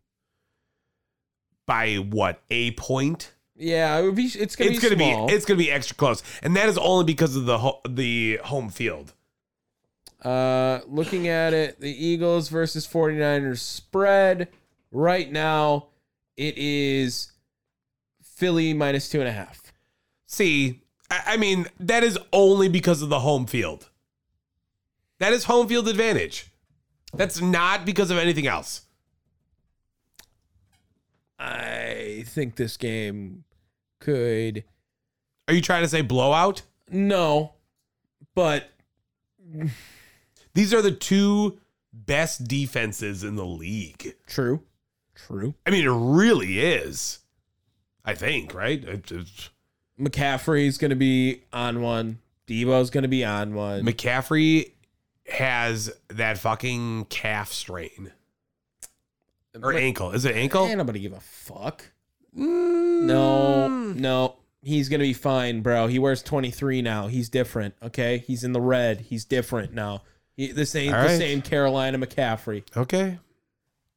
S1: By what? A point?
S3: Yeah, it would be. It's gonna
S1: it's
S3: be
S1: gonna
S3: small.
S1: be it's gonna be extra close, and that is only because of the ho- the home field.
S3: Uh, looking at it, the Eagles versus 49ers spread right now. It is Philly minus two and a half.
S1: See, I, I mean, that is only because of the home field. That is home field advantage. That's not because of anything else.
S3: I think this game could
S1: Are you trying to say blowout?
S3: no, but
S1: These are the two best defenses in the league.
S3: true, true.
S1: I mean, it really is. I think, right? It's- it's-
S3: McCaffrey's gonna be on one. Debo's gonna be on one.
S1: McCaffrey has that fucking calf strain or ankle. Mm. Is it ankle?
S3: Ain't nobody give a fuck. No, no. he's gonna be fine, bro. He wears 23 now. He's different. Okay, he's in the red. He's different now. He, this ain't
S1: All
S3: the
S1: right.
S3: same Carolina McCaffrey.
S1: Okay.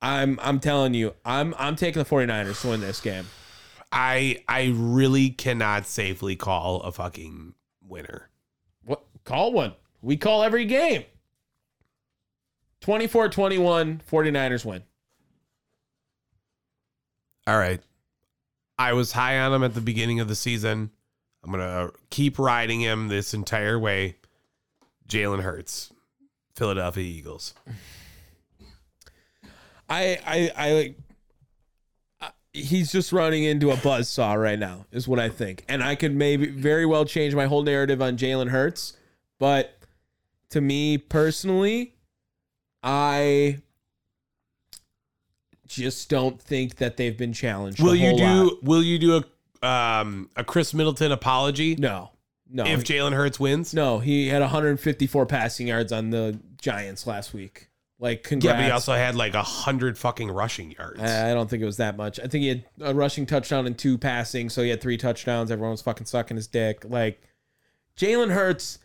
S3: I'm I'm telling you, I'm I'm taking the 49ers to win this game.
S1: I I really cannot safely call a fucking winner.
S3: What call one? We call every game. 24-21, 49ers win.
S1: All right. I was high on him at the beginning of the season. I'm gonna keep riding him this entire way. Jalen Hurts, Philadelphia Eagles.
S3: I I I like I- he's just running into a buzzsaw right now is what I think. And I could maybe very well change my whole narrative on Jalen Hurts, but to me personally, I just don't think that they've been challenged. a
S1: Will you
S3: whole
S1: do?
S3: lot.
S1: Will you do a um a Chris Middleton apology
S3: No. No.
S1: if Jalen Hurts wins?
S3: no, he had 154 passing yards on the Giants last week. Like
S1: Yeah,
S3: congrats.
S1: but he also had like a hundred fucking rushing yards.
S3: I I don't think it was that much. I think he had a rushing touchdown and two passing, so he had three touchdowns. Everyone was fucking sucking his dick. Like Jalen Hurts,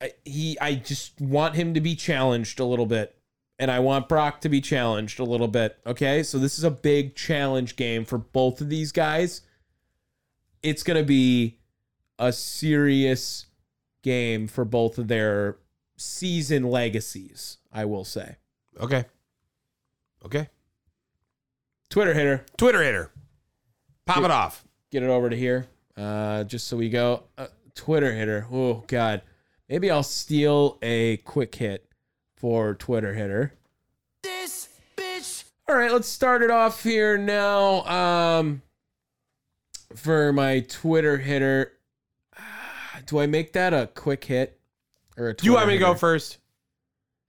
S3: I, he I just want him to be challenged a little bit, and I want Brock to be challenged a little bit. Okay, so this is a big challenge game for both of these guys. It's gonna be a serious game for both of their season legacies. I will say.
S1: okay. Okay.
S3: Twitter hitter.
S1: Twitter hitter. Pop it off.
S3: get it over to here uh, just so we go uh, twitter hitter oh god maybe i'll steal a quick hit for twitter hitter
S2: This bitch.
S3: all right let's start it off here now um, for my twitter hitter Ah, do i make that a quick hit or a
S1: Do you want me to
S3: Twitter
S1: go
S3: hitter?
S1: first?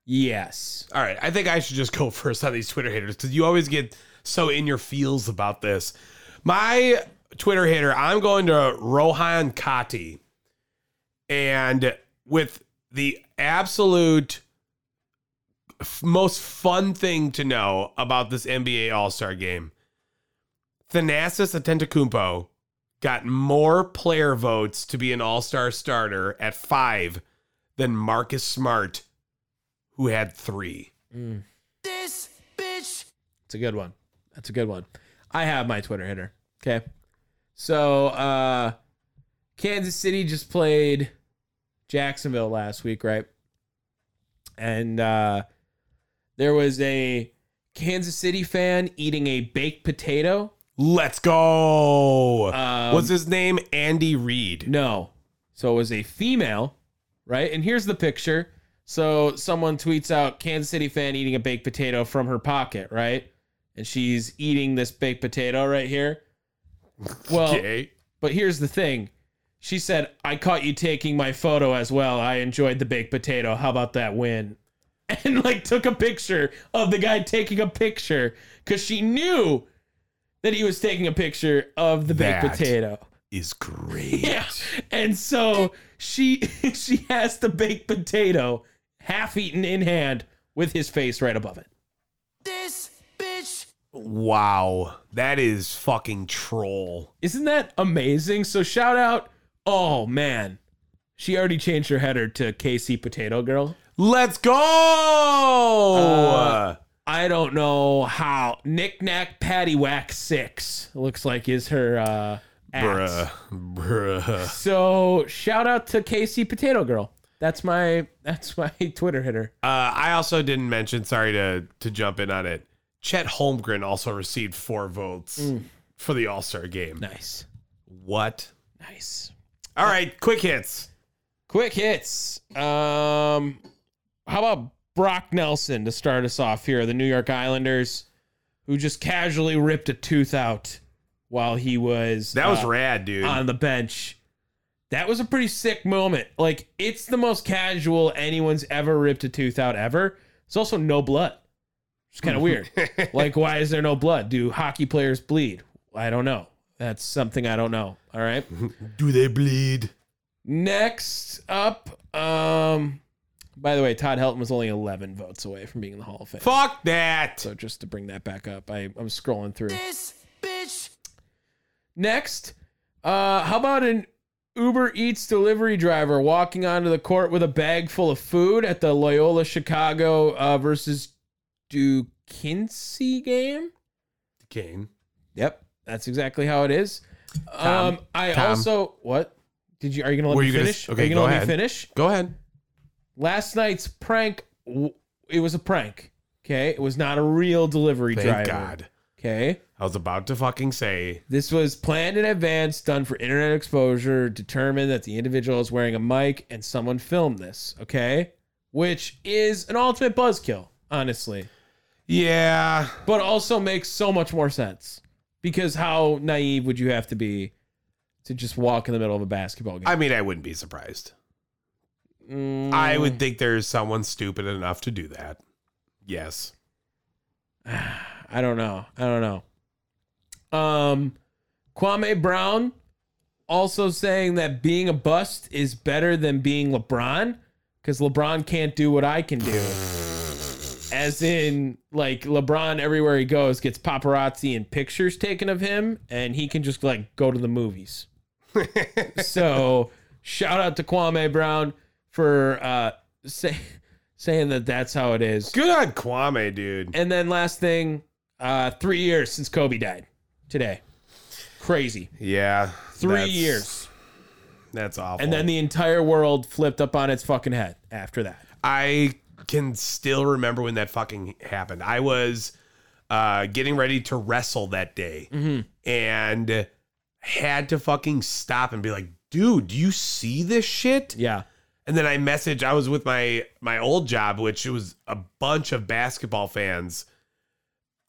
S3: yes
S1: All right. I think I should just go first on these Twitter hitters because you always get so in your feels about this. My Twitter hitter, I'm going to Rohan Kati. And with the absolute f- most fun thing to know about this NBA All Star game, Thanasis Atentakumpo got more player votes to be an All Star starter at five than Marcus Smart, who had three.
S2: This bitch.
S3: It's a good one. That's a good one. I have my Twitter hitter. Okay. So uh Kansas City just played Jacksonville last week, right? And uh there was a Kansas City fan eating a baked potato.
S1: Let's go.
S3: Um,
S1: What's his name? Andy Reid.
S3: No. So it was a female, right? And here's the picture. So someone tweets out Kansas City fan eating a baked potato from her pocket, right? And she's eating this baked potato right here. Well,
S1: okay.
S3: but here's the thing. She said, I caught you taking my photo as well. I enjoyed the baked potato. How about that win? And like took a picture of the guy taking a picture because she knew that he was taking a picture of the baked
S1: That.
S3: potato.
S1: Is great.
S3: Yeah. And so she she has the baked potato half eaten in hand with his face right above it.
S2: This bitch.
S1: Wow. That is fucking troll.
S3: Isn't that amazing? So shout out. Oh man. She already changed her header to KC Potato Girl.
S1: Let's go.
S3: Uh, I don't know how knickknack paddywhack six looks like is her uh at.
S1: bruh. Bruh. Uh,
S3: So shout out to KC Potato Girl. That's my that's my Twitter hitter.
S1: Uh, I also didn't mention, sorry to, to jump in on it. Chet Holmgren also received four votes
S3: Mm.
S1: for the All Star game.
S3: Nice.
S1: What?
S3: Nice.
S1: All right. Quick hits.
S3: Quick hits. Um, how about Brock Nelson to start us off here? The New York Islanders, who just casually ripped a tooth out while he was
S1: That was
S3: uh,
S1: rad, dude.
S3: on the bench. That was a pretty sick moment. Like it's the most casual anyone's ever ripped a tooth out ever. It's also no blood. It's kind of weird. like why is there no blood? Do hockey players bleed? I don't know. That's something I don't know. All right.
S1: Do they bleed?
S3: Next up, um, by the way, Todd Helton was only 11 votes away from being in the Hall of Fame.
S1: Fuck that.
S3: So just to bring that back up, I, I'm scrolling through.
S2: This bitch.
S3: Next, uh, Uh, how about an Uber Eats delivery driver walking onto the court with a bag full of food at the Loyola Chicago uh, versus Duquesne game?
S1: Kane.
S3: Yep, that's exactly how it is.
S1: Tom,
S3: um, I
S1: Tom.
S3: also what did you? Are you gonna let
S1: Were
S3: me
S1: you gonna
S3: finish?
S1: s- okay,
S3: are you gonna
S1: go
S3: let
S1: ahead.
S3: me finish?
S1: Go ahead.
S3: Last night's prank. w- It was a prank. Okay, it was not a real delivery
S1: Thank
S3: driver.
S1: God.
S3: Okay.
S1: I was about to fucking say
S3: This was planned in advance, done for internet exposure, determined that the individual is wearing a mic and someone filmed this, okay? Which is an ultimate buzzkill, honestly.
S1: Yeah.
S3: But also makes so much more sense. Because how naive would you have to be to just walk in the middle of a basketball game?
S1: I mean, I wouldn't be surprised.
S3: Mm,
S1: I would think there's someone stupid enough to do that. Yes.
S3: I don't know. I don't know. Um Kwame Brown also saying that being a bust is better than being LeBron because LeBron can't do what I can do. As in, like LeBron, everywhere he goes, gets paparazzi and pictures taken of him, and he can just like go to the movies. so, shout out to Kwame Brown for uh, say, saying that that's how it is.
S1: Good on Kwame, dude.
S3: And then last thing, uh, three years since Kobe died today. Crazy.
S1: Yeah.
S3: Three
S1: that's-
S3: years.
S1: That's awful.
S3: And then the entire world flipped up on its fucking head after that.
S1: I can still remember when that fucking happened. I was uh, getting ready to wrestle that day
S3: Mm-hmm.
S1: and had to fucking stop and be like, dude, do you see this shit?
S3: Yeah.
S1: And then I messaged. I was with my my old job, which it was a bunch of basketball fans.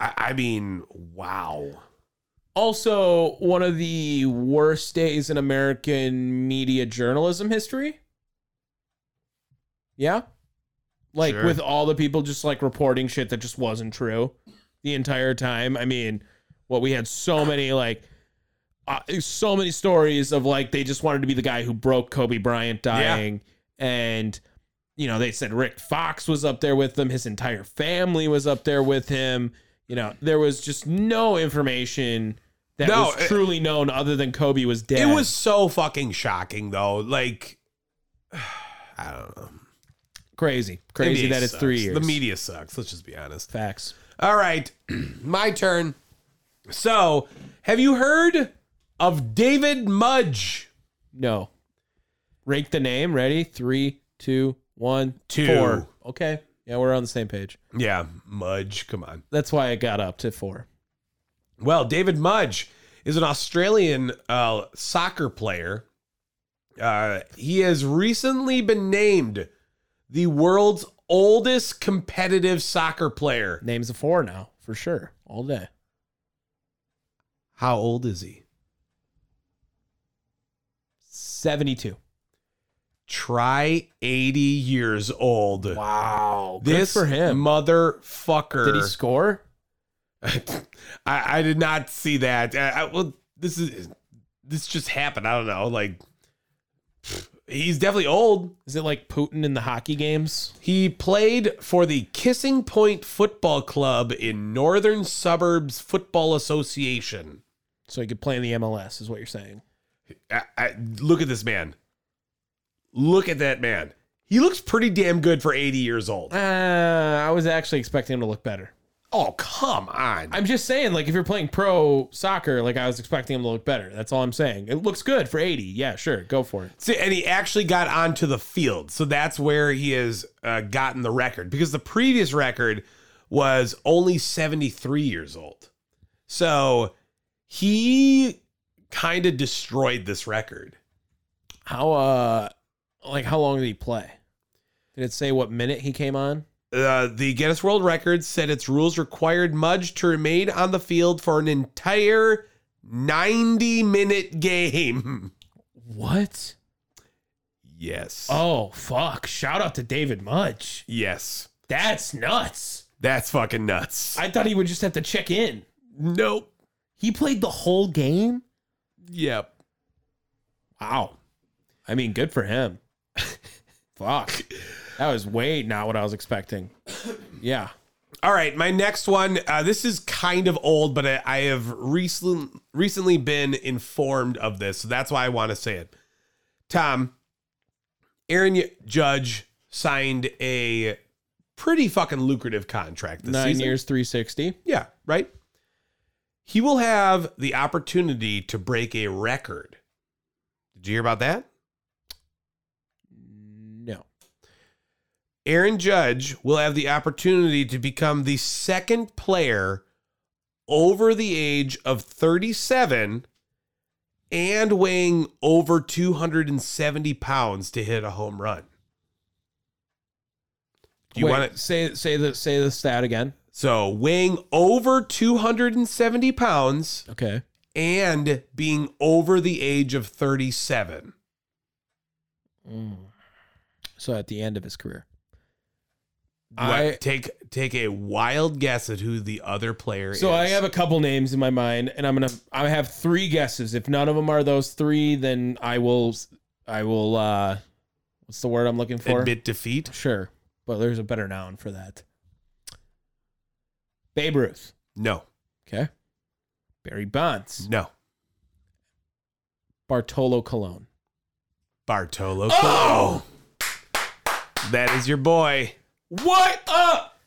S1: I, I mean, wow.
S3: Also, one of the worst days in American media journalism history. Yeah. Like
S1: Sure.
S3: with all the people just like reporting shit that just wasn't true the entire time. I mean, what we had so many like uh, so many stories of like they just wanted to be the guy who broke Kobe Bryant dying and you know, they said Rick Fox was up there with them, his entire family was up there with him. You know, there was just no information that
S1: No,
S3: was
S1: it-
S3: truly known other than Kobe was dead.
S1: It was so fucking shocking, though. Like, I don't know.
S3: crazy. Crazy
S1: NBA
S3: that it's
S1: sucks.
S3: three years.
S1: The media sucks. Let's just be honest.
S3: Facts.
S1: All right, my turn. So, have you heard of David Mudge?
S3: No. Rank the name. Ready? Three, two, one,
S1: Two.
S3: four. Okay. Yeah, we're on the same page.
S1: Yeah, Mudge. Come on.
S3: That's why I got up to four.
S1: Well, David Mudge is an Australian uh, soccer player. Uh, he has recently been named the world's oldest competitive soccer player.
S3: Name's a four now, for sure. All day.
S1: How old is he?
S3: 72.
S1: Try 80 years old.
S3: Wow. Good
S1: This
S3: for him.
S1: motherfucker.
S3: Did he score?
S1: I, I did not see that. I, I- well, this is this just happened. I don't know. Like, pfft, he's definitely old.
S3: Is it like Putin in the hockey games?
S1: He played for the Kissing Point Football Club in Northern Suburbs Football Association.
S3: So he could play in the MLS, is what you're saying.
S1: I, I, look at this man. Look at that man. He looks pretty damn good for 80 years old.
S3: Uh, I was actually expecting him to look better.
S1: Oh, come on.
S3: I'm just saying, like, if you're playing pro soccer, like, I was expecting him to look better. That's all I'm saying. It looks good for 80. Yeah, sure. Go for it.
S1: See, and he actually got onto the field. So that's where he has uh, gotten the record because the previous record was only 73 years old. So he kind of destroyed this record.
S3: How, uh, like, how long did he play? Did it say what minute he came on?
S1: Uh, the Guinness World Records said its rules required Mudge to remain on the field for an entire 90 minute game.
S3: What?
S1: Yes.
S3: Oh, fuck. Shout out to David Mudge.
S1: Yes.
S3: That's nuts.
S1: That's fucking nuts.
S3: I thought he would just have to check in.
S1: nope.
S3: He played the whole game?
S1: Yep.
S3: Wow. I mean, good for him. Fuck. That was way not what I was expecting. Yeah.
S1: All right, my next one. Uh, this is kind of old, but I, I have recently recently been informed of this, so that's why I want to say it. Tom, Aaron Judge signed a pretty fucking lucrative contract this
S3: Nine
S1: season.
S3: years, 360.
S1: Yeah, right. He will have the opportunity to break a record. Did you hear about that?
S3: No.
S1: Aaron Judge will have the opportunity to become the second player over the age of 37 and weighing over 270 pounds to hit a home run. Do you
S3: Wait,
S1: want to
S3: say say the say the stat again?
S1: so weighing over 270 pounds
S3: Okay.
S1: and being over the age of 37.
S3: Mm. So at the end of his career.
S1: I,
S3: I,
S1: take take a wild guess at who the other player is.
S3: so I have a couple names in my mind, and I'm gonna I have three guesses. If none of them are those three, then I will I will uh what's the word I'm looking for?
S1: admit defeat.
S3: Sure, but there's a better noun for that. Babe Ruth.
S1: No.
S3: Okay. Barry Bonds.
S1: No.
S3: Bartolo Colon.
S1: Bartolo. Oh! That is your boy.
S3: What up?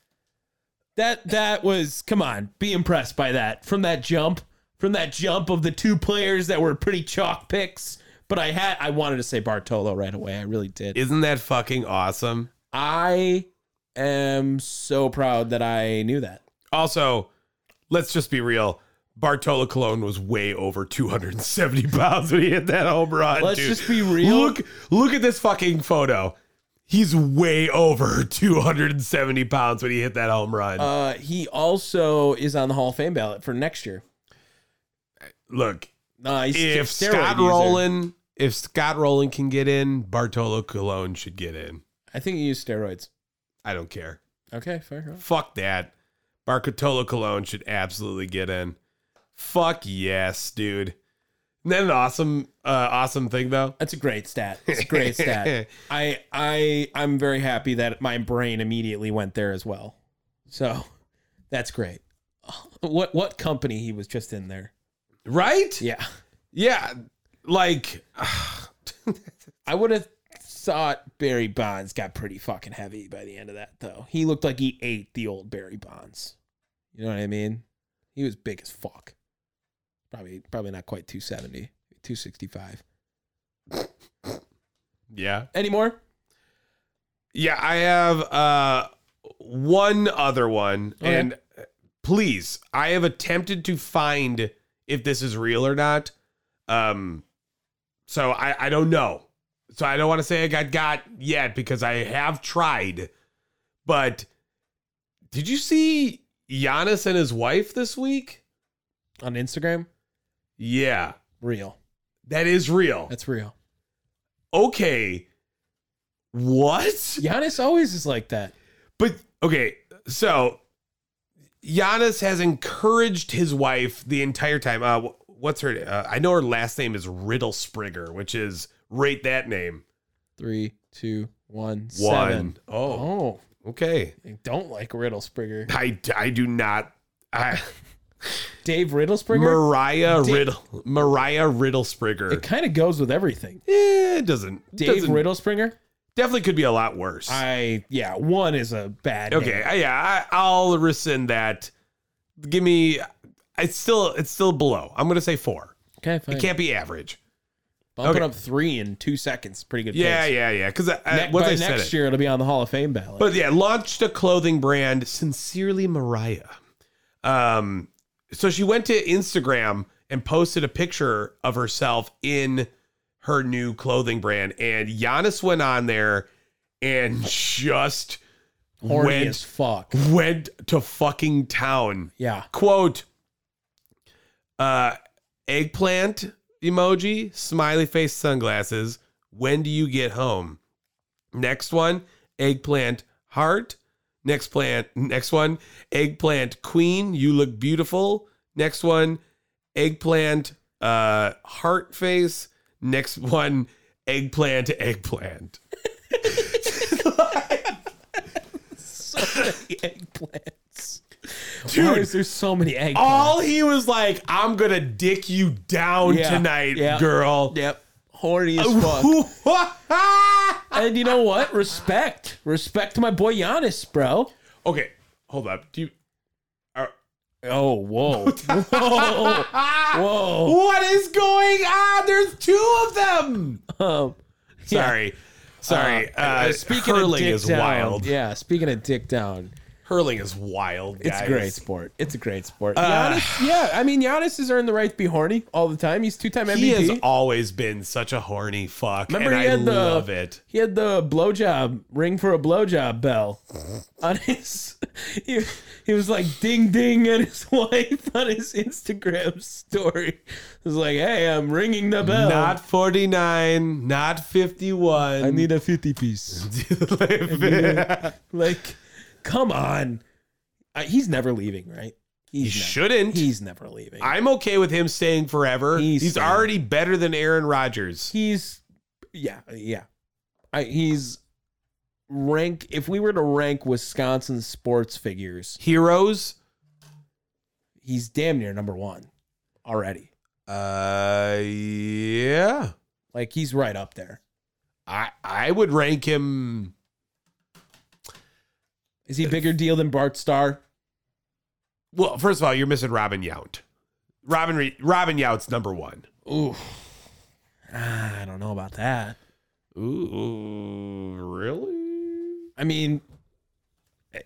S3: That that was come on, be impressed by that. From that jump, from that jump of the two players that were pretty chalk picks, but I had I wanted to say Bartolo right away. I really did.
S1: Isn't that fucking awesome?
S3: I am so proud that I knew that.
S1: Also, let's just be real. Bartolo Colon was way over 270 pounds when he hit that home run.
S3: Let's
S1: dude.
S3: just be real.
S1: Look, look at this fucking photo. He's way over 270 pounds when he hit that home run.
S3: Uh, he also is on the Hall of Fame ballot for next year.
S1: look,
S3: Uh, he's a
S1: if
S3: steroid
S1: Scott
S3: user.
S1: Rowland, if Scott Rowland can get in, Bartolo Colon should get in.
S3: I think he used steroids.
S1: I don't care.
S3: Okay, fair enough.
S1: Fuck that. Bartolo Colon should absolutely get in. Fuck yes, dude. Isn't that an awesome, uh, awesome thing though?
S3: That's a great stat. It's a great stat. I I I'm very happy that my brain immediately went there as well. So that's great. What what company he was just in there?
S1: Right?
S3: Yeah,
S1: Yeah. Like,
S3: I would have thought Barry Bonds got pretty fucking heavy by the end of that though. He looked like he ate the old Barry Bonds. You know what I mean? He was big as fuck. Probably probably not quite 270, 265
S1: yeah.
S3: anymore.
S1: Yeah, I have uh one other one
S3: Okay.
S1: and uh, please, I have attempted to find if this is real or not. Um so I I don't know. So I don't want to say I got got yet because I have tried. But did you see Giannis and his wife this week?
S3: On Instagram,
S1: Yeah,
S3: real.
S1: that is real.
S3: That's real.
S1: Okay. What?
S3: Giannis always is like that.
S1: But okay, so Giannis has encouraged his wife the entire time. Uh, wh- what's her? Uh, I know her last name is Riddle Springer, which is rate that name
S3: Three, two, one,
S1: one.
S3: seven.
S1: Oh,
S3: Oh,
S1: okay.
S3: I don't like Riddlespringer.
S1: I I do not. I,
S3: Dave Riddlespringer.
S1: Mariah
S3: Da-
S1: Riddle. Mariah Riddle
S3: it
S1: Springer.
S3: kind of goes with everything.
S1: Eh, it doesn't.
S3: Dave
S1: doesn't-
S3: Riddlespringer.
S1: definitely could be a lot worse.
S3: I yeah, one is a bad.
S1: okay,
S3: name.
S1: I- yeah, I, I'll rescind that. Give me. It's still it's still below. I'm gonna say four.
S3: okay, fine.
S1: It can't be average.
S3: Bumping
S1: okay.
S3: up three in two seconds. Pretty good.
S1: Yeah,
S3: pace.
S1: yeah, yeah. Because
S3: Ne-
S1: once
S3: by
S1: I said
S3: next
S1: it,
S3: year, it'll be on the Hall of Fame ballot.
S1: but yeah, launched a clothing brand, sincerely Mariah. Um, so she went to Instagram and posted a picture of herself in her new clothing brand, and Giannis went on there and just
S3: Horny
S1: went-
S3: as fuck.
S1: went to fucking town.
S3: Yeah.
S1: Quote: uh, Eggplant emoji, smiley face, sunglasses. When do you get home? Next one, eggplant heart. Next plant, next one, eggplant queen. You look beautiful. Next one, eggplant uh, heart face. Next one, eggplant eggplant.
S3: So many eggplants. Why
S1: Dude.
S3: is there so many eggs?
S1: All he was like, I'm gonna dick you down
S3: Yeah.
S1: tonight,
S3: Yeah.
S1: girl.
S3: Yep. Horny as fuck. and you know what? Respect. Respect to my boy Giannis, bro.
S1: okay, hold up. Do you
S3: Oh, whoa. whoa. Whoa.
S1: What is going on? There's two of them.
S3: Um, yeah.
S1: Sorry. Sorry. Uh,
S3: speaking of
S1: hurling
S3: dick
S1: is
S3: down,
S1: wild.
S3: Yeah, speaking of dick down,
S1: Hurling is wild.
S3: it's
S1: guys.
S3: a great sport. It's a great sport.
S1: Uh,
S3: Giannis, yeah, I mean Giannis has earned the right to be horny all the time. He's two-time MVP.
S1: He has always been such a horny fuck.
S3: Remember,
S1: and
S3: he
S1: I
S3: had the
S1: love it.
S3: he had the blowjob ring for a blowjob bell on his. He, he was like ding ding at his wife on his Instagram story. It was like, hey, I'm ringing the bell.
S1: Not 49, not 51.
S3: I need a fifty piece. Like, come on. Uh, he's never leaving, right?
S1: he
S3: He's never,
S1: shouldn't.
S3: He's never leaving.
S1: I'm okay with him staying forever.
S3: He's
S1: He's,
S3: staying.
S1: already better than Aaron Rodgers.
S3: he's yeah, yeah. I, he's rank if we were to rank Wisconsin sports figures,
S1: Heroes.
S3: he's damn near number 1 already.
S1: Uh, yeah.
S3: Like he's right up there.
S1: I I would rank him.
S3: Is he a bigger deal than Bart Starr?
S1: Well, first of all, you're missing Robin Yount. Robin Re- Robin Yount's number one.
S3: Ooh. Ah, I don't know about that.
S1: Ooh, really?
S3: I mean,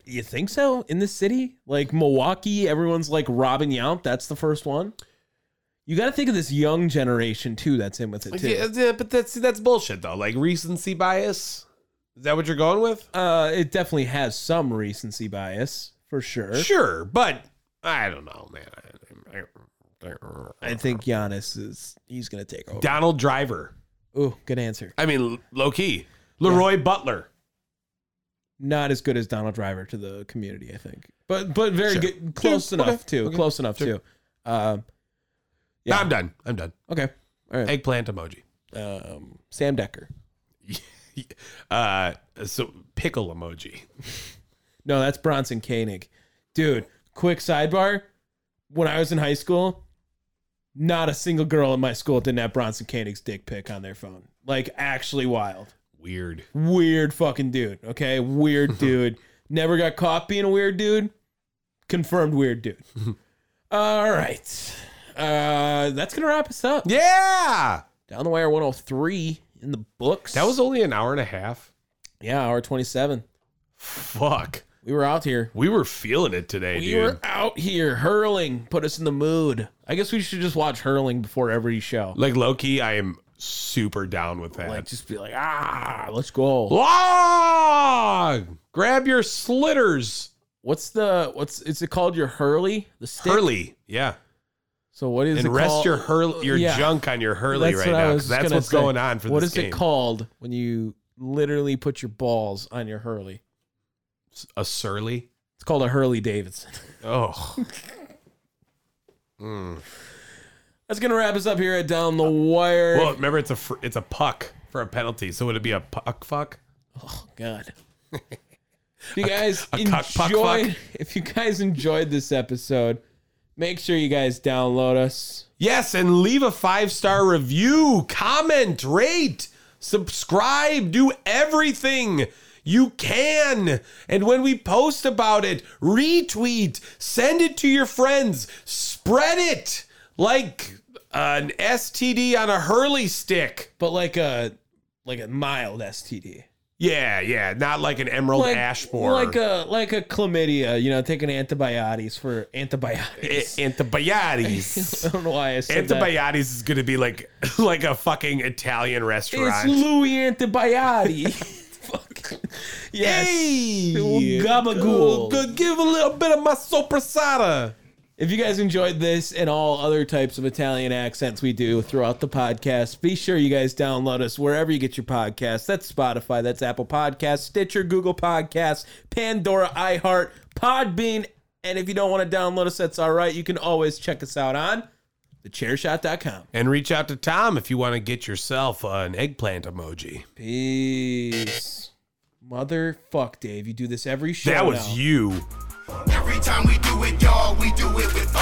S3: you think so in this city? Like Milwaukee, everyone's like Robin Yount. That's the first one. You got to think of this young generation too. That's in with it too.
S1: Yeah, yeah, but that's that's bullshit though. Like recency bias. Is that what you're going with?
S3: Uh, it definitely has some recency bias for sure.
S1: Sure, but I don't know, man.
S3: I think Giannis is he's gonna take over.
S1: Donald Driver.
S3: Ooh, good answer.
S1: I mean, low key. Leroy Butler.
S3: Not as good as Donald Driver to the community, I think, but but very
S1: Sure.
S3: good, close
S1: Sure.
S3: enough
S1: Okay.
S3: too,
S1: Okay.
S3: close enough
S1: Sure.
S3: too. Um, Yeah.
S1: I'm done. I'm done.
S3: okay, all right.
S1: Eggplant emoji.
S3: Um, Sam Decker.
S1: Uh, so pickle emoji.
S3: No, that's Bronson Koenig. Dude, quick sidebar. When I was in high school, not a single girl in my school didn't have Bronson Koenig's dick pic on their phone. Like, actually wild.
S1: Weird.
S3: Weird fucking dude. Okay. Weird dude. Never got caught being a weird dude. Confirmed weird dude. All right. Uh, that's going to wrap us up.
S1: Yeah.
S3: Down the Wire 103 in the books.
S1: That was only an hour and a half.
S3: yeah, hour 27.
S1: Fuck.
S3: We were out here.
S1: We were feeling it today,
S3: We
S1: dude.
S3: were out here hurling, put us in the mood. I guess we should just watch hurling before every show.
S1: Like low key, I am super down with that.
S3: Like, just be like, ah, let's go.
S1: Log! Grab your slitters.
S3: What's the what's is it called? Your hurley, the stick.
S1: Hurley. Yeah.
S3: So what is
S1: and
S3: it
S1: rest
S3: called?
S1: your hurl your
S3: Yeah.
S1: junk on your hurley
S3: That's
S1: right
S3: what I
S1: now.
S3: was
S1: 'cause That's
S3: gonna
S1: what's
S3: say.
S1: going on for
S3: What
S1: this
S3: is
S1: game.
S3: it called when you literally put your balls on your hurley?
S1: A surly.
S3: It's called a hurley Davidson.
S1: Oh.
S3: That's gonna wrap us up here at Down the Wire.
S1: well, remember it's a fr- it's a puck for a penalty. So would it be a puck fuck?
S3: Oh God. If you guys
S1: a cock puck
S3: enjoyed,
S1: fuck.
S3: if you guys enjoyed this episode, make sure you guys download us.
S1: Yes, and leave a five star review, comment, rate, subscribe, do everything you can. And when we post about it, retweet, send it to your friends, spread it like an STD on a Hurley stick.
S3: but like a like a mild STD,
S1: Yeah, yeah, not like an emerald
S3: like
S1: ash borer.
S3: like a like a chlamydia. You know, taking antibiotics for antibiotics.
S1: A- antibiotics.
S3: I don't know why I said that.
S1: antibiotics is going to be like like a fucking Italian
S3: It's
S1: restaurant.
S3: Louis antibiotic. Fuck. Yes.
S1: Hey,
S3: Little gabagool.
S1: Go- go give a little bit of my soprasada.
S3: If you guys enjoyed this and all other types of Italian accents we do throughout the podcast, be sure you guys download us wherever you get your podcasts. That's Spotify, that's Apple Podcasts, Stitcher, Google Podcasts, Pandora, iHeart, Podbean. And if you don't want to download us, that's all right. You can always check us out on thechairshot.com.
S1: And reach out to Tom if you want to get yourself an eggplant emoji.
S3: Peace. Motherfuck, Dave. You do this every show.
S1: That was
S3: now.
S1: you.
S2: Every time we do it, y'all, we do it with